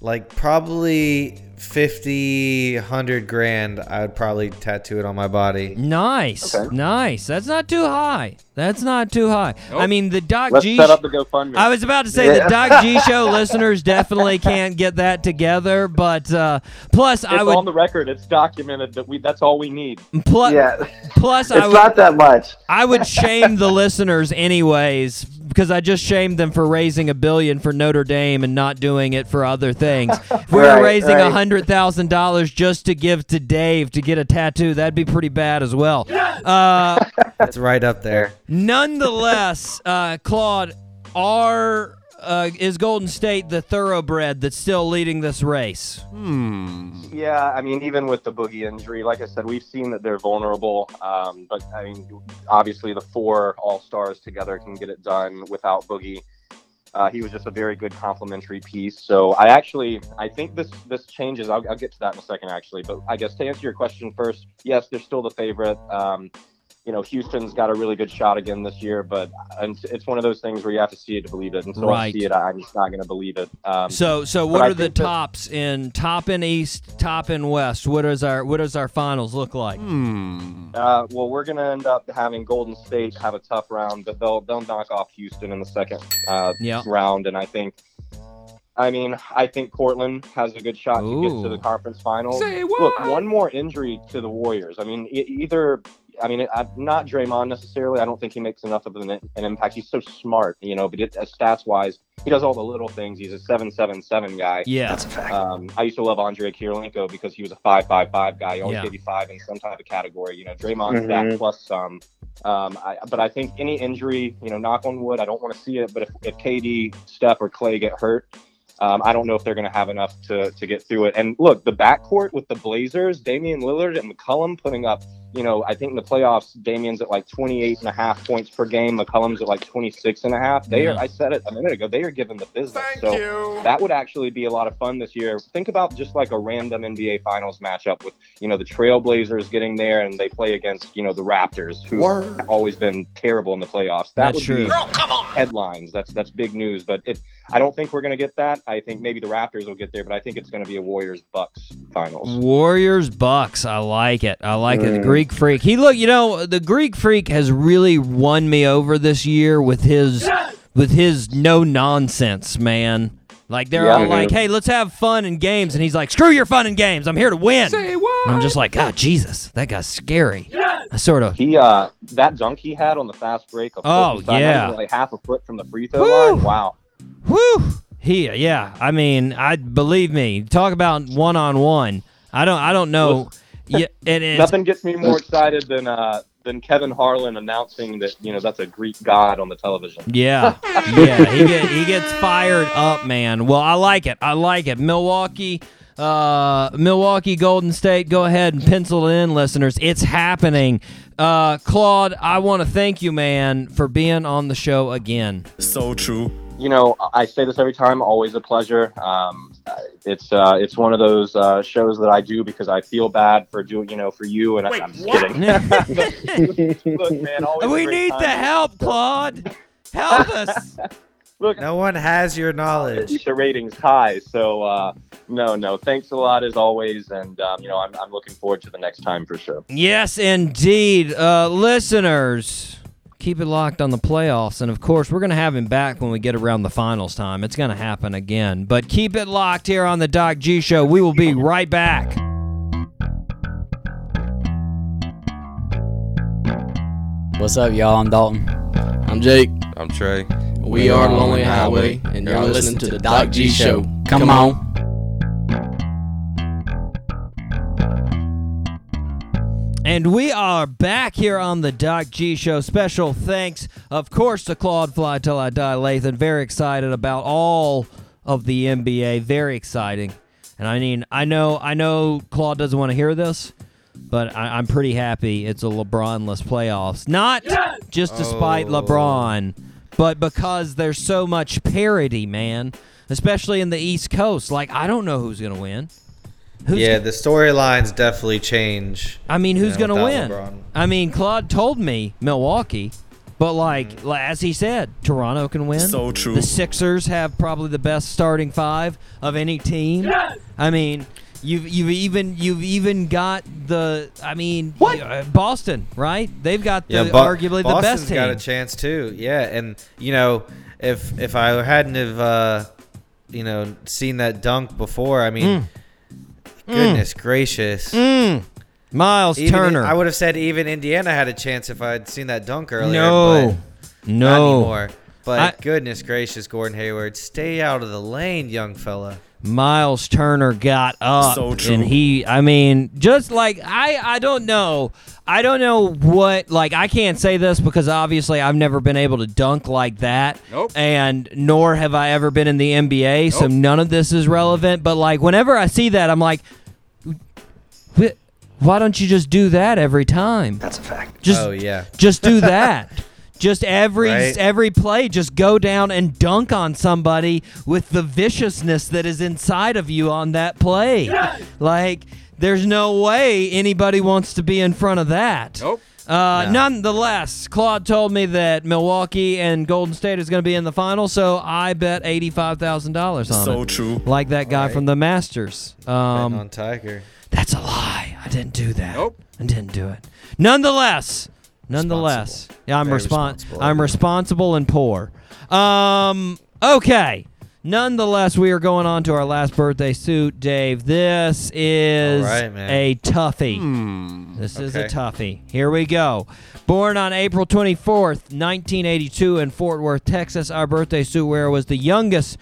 C: like probably 50, 100 grand. I would probably tattoo it on my body.
B: Nice, nice. That's not too high. That's not too high. I mean, the Doc
C: Let's
B: G.
C: set up
L: the GoFundMe.
B: I was about to say
C: Yeah.
B: the Doc G show [laughs] listeners definitely can't get that together, but uh, plus
L: It's
B: I would
L: on the record. It's documented that we. That's all we need.
B: Plus, plus I
H: It's
B: would,
H: not that much. [laughs]
B: I would shame the listeners anyways because I just shamed them for raising a billion for Notre Dame and not doing it for other things. If we
H: Right,
B: were raising a
H: right.
B: hundred thousand dollars just to give to Dave to get a tattoo, that'd be pretty bad as well. Uh,
C: That's right up there.
B: nonetheless, uh, Claude, are uh, is Golden State the thoroughbred that's still leading this race?
L: Hmm. Yeah, I mean, even with the boogie injury, like I said, we've seen that they're vulnerable. Um, but I mean, obviously, the four All Stars together can get it done without boogie. Uh, he was just a very good complimentary piece. So I actually, I think this this changes. I'll, I'll get to that in a second, actually. But I guess to answer your question first, yes, they're still the favorite. Um, you know, Houston's got a really good shot again this year, but and it's one of those things where you have to see it to believe it. Until I
B: Right.
L: see it, I- I'm just not going to believe it. Um,
B: So, so
L: but
B: what
L: I
B: are the
L: think that-
B: tops in top in East, top in West? What does our what does our finals look like?
L: Uh, well, we're gonna end up having Golden State have a tough round, but they'll they'll knock off Houston in the second uh,
B: Yeah.
L: round, and I think, I mean, I think Portland has a good shot to get to
B: Ooh.
L: the conference final. Look, one more injury to the Warriors. I mean, e- either. I mean, I, not Draymond necessarily. I don't think he makes enough of an, an impact. He's so smart, you know. But it, uh, stats wise, he does all the little things. He's a seven-seven-seven guy.
B: Yeah. That's a
L: fact. Um, I used to love Andre Kirilenko because he was a five-five-five guy. He always
B: Yeah.
L: gave you five in some type of category. You know, Draymond's
H: Mhm.
L: that plus some. Um, I, but I think any injury, you know, knock on wood, I don't want to see it. But if, if KD, Steph, or Clay get hurt, um, I don't know if they're going to have enough to, to get through it. And look, the backcourt with the Blazers, Damian Lillard and McCollum putting up, you know, I think in the playoffs, Damian's at like 28 and a half points per game. McCollum's at like 26 and a half. They are,
H: Yeah.
L: I said it a minute ago, they are giving the business. so that would actually be a lot of fun this year. Think about just like a random NBA finals matchup with, you know, the Trailblazers getting there and they play against, you know, the Raptors, who
H: Word.
L: have always been terrible in the playoffs. That
B: That's
L: would
B: true.
L: be
B: Girl,
L: headlines. That's that's big news. But it, I don't think we're going to get that. I think maybe the Raptors will get there, but I think it's going to be a Warriors Bucks finals.
B: Mm. Warriors Bucks. I like it. I like it. The
L: Mm.
B: Greek Freak. He look, you know, the Greek Freak has really won me over this year with his with his no nonsense, man. Like they're
H: Yeah.
B: all like, "Hey, let's have fun and games," and he's like, "Screw your fun and games. I'm here to win." And I'm just like, "God, Jesus, that guy's scary." I sort of.
L: He uh, that dunk he had on the fast break. Of
B: Oh,
L: Christmas, I
B: yeah.
L: imagine, like half a foot from the free throw line. Wow.
B: Woo! He, yeah. I mean, I believe me. Talk about one on one. I don't. I don't know. yeah, it is.
L: Nothing gets me more excited than uh, than Kevin Harlan announcing that you know that's a Greek god on the television.
B: Yeah, yeah, he, get, he gets fired up, man. Well, I like it. I like it. Milwaukee, uh, Milwaukee, Golden State. Go ahead and pencil it in, listeners. It's happening. Uh, Claude, I want to thank you, man, for being on the show again.
L: So true. You know, I say this every time. Always a pleasure. Um, it's uh, it's one of those uh, shows that I do because I feel bad for doing you know for you and I, I'm just kidding. [laughs] Look, man, always a
B: we
L: great
B: need
L: time.
B: the help, Claude. Help
L: [laughs]
B: us.
C: no one has your knowledge.
L: The ratings high, so uh, no, no. Thanks a lot as always, and um, you know I'm, I'm looking forward to the next time for sure.
B: Yes, indeed. Uh, listeners, keep it locked on the playoffs. And of course, we're going to have him back when we get around the finals time. It's going to happen again. But keep it locked here on the Doc G Show. We will be right back.
H: What's up, y'all? I'm Dalton. I'm Jake. I'm Trey. We, are Lonely Highway, and you're listening to the Doc G Show. Come on.
B: And we are back here on the Doc G Show. Special thanks, of course, to Claude Fly Till I Die Lathan. Very excited about all of the NBA. Very exciting. And I mean, I know, I know Claude doesn't want to hear this, but I, I'm pretty happy it's a LeBronless playoffs. Not just despite
J: Oh.
B: LeBron, but because there's so much parity, man. Especially in the East Coast. Like, I don't know who's going to win.
C: yeah, the storylines definitely change.
B: I mean,
C: you
B: who's
C: know,
B: going to
C: without
B: win?
C: LeBron.
B: I mean, Claude told me Milwaukee, but like
C: Mm.
B: li- as he said, Toronto can win.
M: So true.
B: The Sixers have probably the best starting five of any team. I mean, you've you've even you've even got the I mean uh, Boston, right? They've got the,
C: Bo-
B: arguably the
C: Boston's
B: best team.
C: got a chance too. Yeah, and you know, if if I hadn't have uh, you know seen that dunk before, I mean, goodness gracious,
B: Mm. Miles
C: Even-
B: Turner.
C: I would have said even Indiana had a chance if I had seen that dunk earlier.
B: No.
C: but
B: No.
C: not anymore. But
B: I-
C: goodness gracious, Gordon Hayward, stay out of the lane, young fella.
B: Miles Turner got up,
C: So true.
B: and he. I mean, just like I, I don't know, I don't know what. Like I can't say this because obviously I've never been able to dunk like that, nope. and nor have I ever been in the NBA, so none of this is relevant. But like whenever I see that, I'm like, "Wh- why don't you just do that every time? That's a fact. Just
C: Oh, yeah.
B: just do
C: [laughs]
B: that. just every
C: Right.
B: every play, just go down and dunk on somebody with the viciousness that is inside of you on that play. Like there's no way anybody wants to be in front of that. Nope. Uh,
N: No.
B: Nonetheless, Claude told me that Milwaukee and Golden State is going to be in the final, so I bet eighty-five thousand dollars on it.
C: So true.
B: Like that guy
C: Alright.
B: from the Masters. Um,
C: on Tiger.
B: That's a lie. I didn't do that. Nope. I didn't do it. Nonetheless, nonetheless, yeah, I'm
N: Very
B: respons-
N: responsible.
B: I'm responsible and poor. Um, okay. Nonetheless, we are going on to our last birthday suit, Dave. This is
C: All right, man. Hmm.
B: a toughie. This is a
C: Okay.
B: toughie. Here we go. Born on April 24th, 1982, in Fort Worth, Texas, our birthday suit wearer was the youngest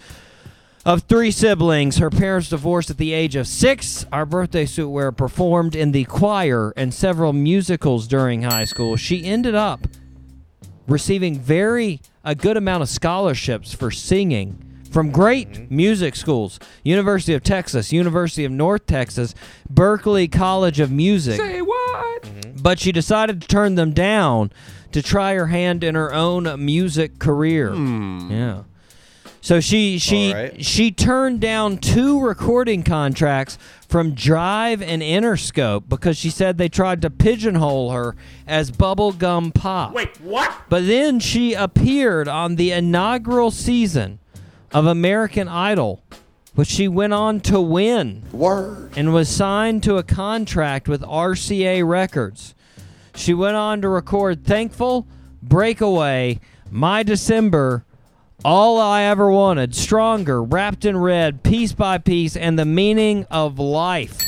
B: of three siblings. Her parents divorced at the age of six. Our birthday suit wearer performed in the choir and several musicals during high school. She ended up receiving very a good amount of scholarships for singing from great music schools university of texas university of north texas berkeley college of music say what but she decided to turn them down to try her hand in her own music career yeah so she she she turned down two recording contracts from Drive and Interscope because she said they tried to pigeonhole her as bubblegum pop. Wait, what? But then she appeared on the inaugural season of American Idol, which she went on to win. Word. And was signed to a contract with RCA Records. She went on to record Thankful, Breakaway, My December, All I Ever Wanted, Stronger, Wrapped in Red, Piece by Piece, and The Meaning of Life.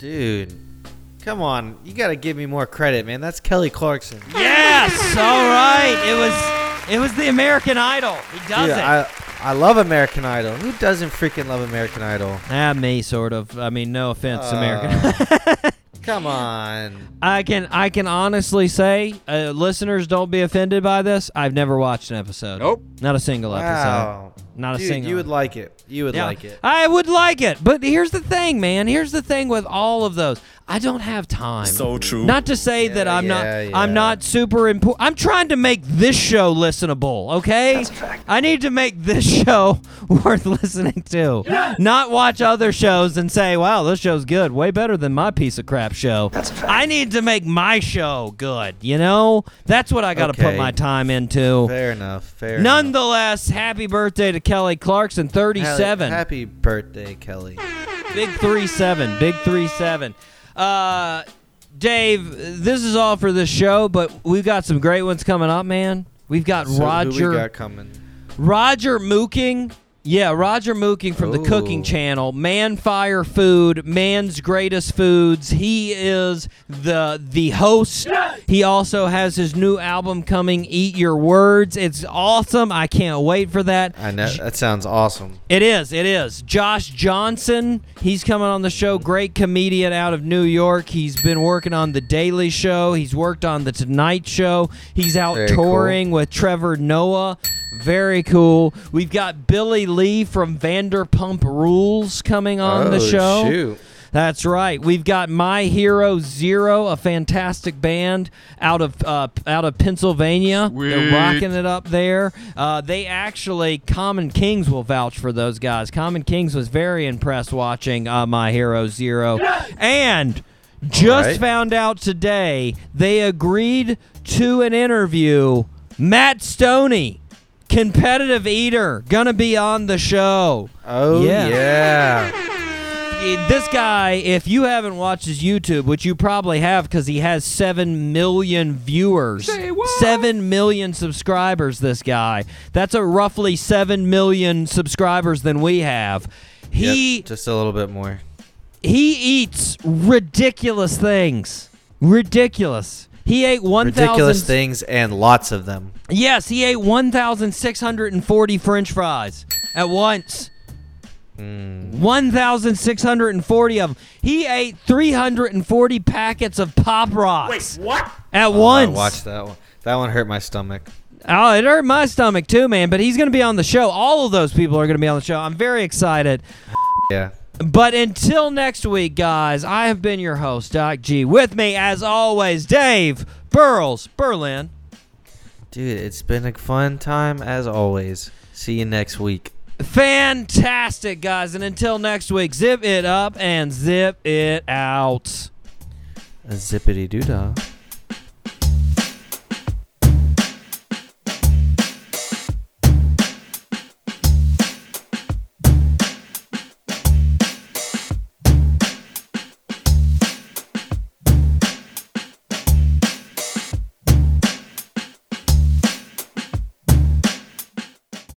C: Dude, come on. You got to give me more credit, man. That's Kelly Clarkson.
B: Yes, all right. It was it was the American Idol. He does
C: Dude,
B: it.
C: I, I love American Idol. Who doesn't freaking love American Idol?
B: Ah, me sort of. I mean, no offense,
C: Uh,
B: American. [laughs]
C: Come on.
B: I can I can honestly say, uh, listeners, don't be offended by this. I've never watched an episode.
C: Nope.
B: Not a single
C: Wow.
B: episode. Not a
C: Dude,
B: single.
C: You would like it. You would like it.
B: I would like it, but here's the thing, man. Here's the thing with all of those. I don't have time. So true. Not to say that I'm not.
C: yeah,
B: I'm not super important. I'm trying to make this show listenable. Okay. That's a fact. I need to make this [laughs] show worth listening to. Not watch other shows and say, "Wow, this show's good. Way better than my piece of crap show." That's a fact. I need to make my show good. You know. That's what I got to put
C: Okay.
B: my time into.
C: Fair enough. Fair.
B: Nonetheless, happy birthday to Kelly Clarkson,
C: enough.
B: 37.
C: Happy birthday, Kelly.
B: Big three seven. Big three seven. Uh, Dave, this is all for this show, but we've got some great ones coming up, man. We've got
C: So Who
B: Roger
C: we got coming?
B: Roger Mooking. Yeah, Roger Mooking from the Cooking Channel. Man Fire Food, Man's Greatest Foods. He is the the host. He also has his new album coming, Eat Your Words. It's awesome. I can't wait for that.
C: I know that sounds awesome.
B: It is. It is. Josh Johnson. He's coming on the show. Great comedian out of New York. He's been working on The Daily Show. He's worked on The Tonight Show. He's out
C: Very
B: touring with Trevor Noah. Very cool. We've got Billy Lee from Vanderpump Rules coming on the
C: Oh,
B: show.
C: shoot.
B: That's right. We've got My Hero Zero, a fantastic band out of uh, out of Pennsylvania. They're
J: Sweet.
B: rocking it up there. Uh, they actually, Common Kings will vouch for those guys. Common Kings was very impressed watching uh, My Hero Zero, and just
C: right.
B: found out today they agreed to an interview. Matt Stoney, competitive eater, gonna be on the show.
C: Oh yeah.
B: Yeah, This guy, if you haven't watched his YouTube, which you probably have because he has 7 million viewers, 7 million subscribers, this guy. That's a roughly 7 million subscribers than we have. He
C: Yep, just a little bit more.
B: he eats ridiculous things. Ridiculous. He ate 1,000
C: Ridiculous things and lots of them.
B: Yes, he ate 1,640 french fries at once.
C: Hmm.
B: 1,640 of them. He ate 340 packets of Pop Rocks. Wait, what? At
C: Oh,
B: once.
C: I watched that one. That one hurt my stomach.
B: Oh, it hurt my stomach too, man. But he's going to be on the show. All of those people are going to be on the show. I'm very excited.
C: Yeah.
B: But until next week, guys, I have been your host, Doc G. With me, as always, Dave Burles Berlin.
C: Dude, it's been a fun time as always. See you next week.
B: Fantastic, guys. And until next week, zip it up and zip it out.
C: A zippity doodah.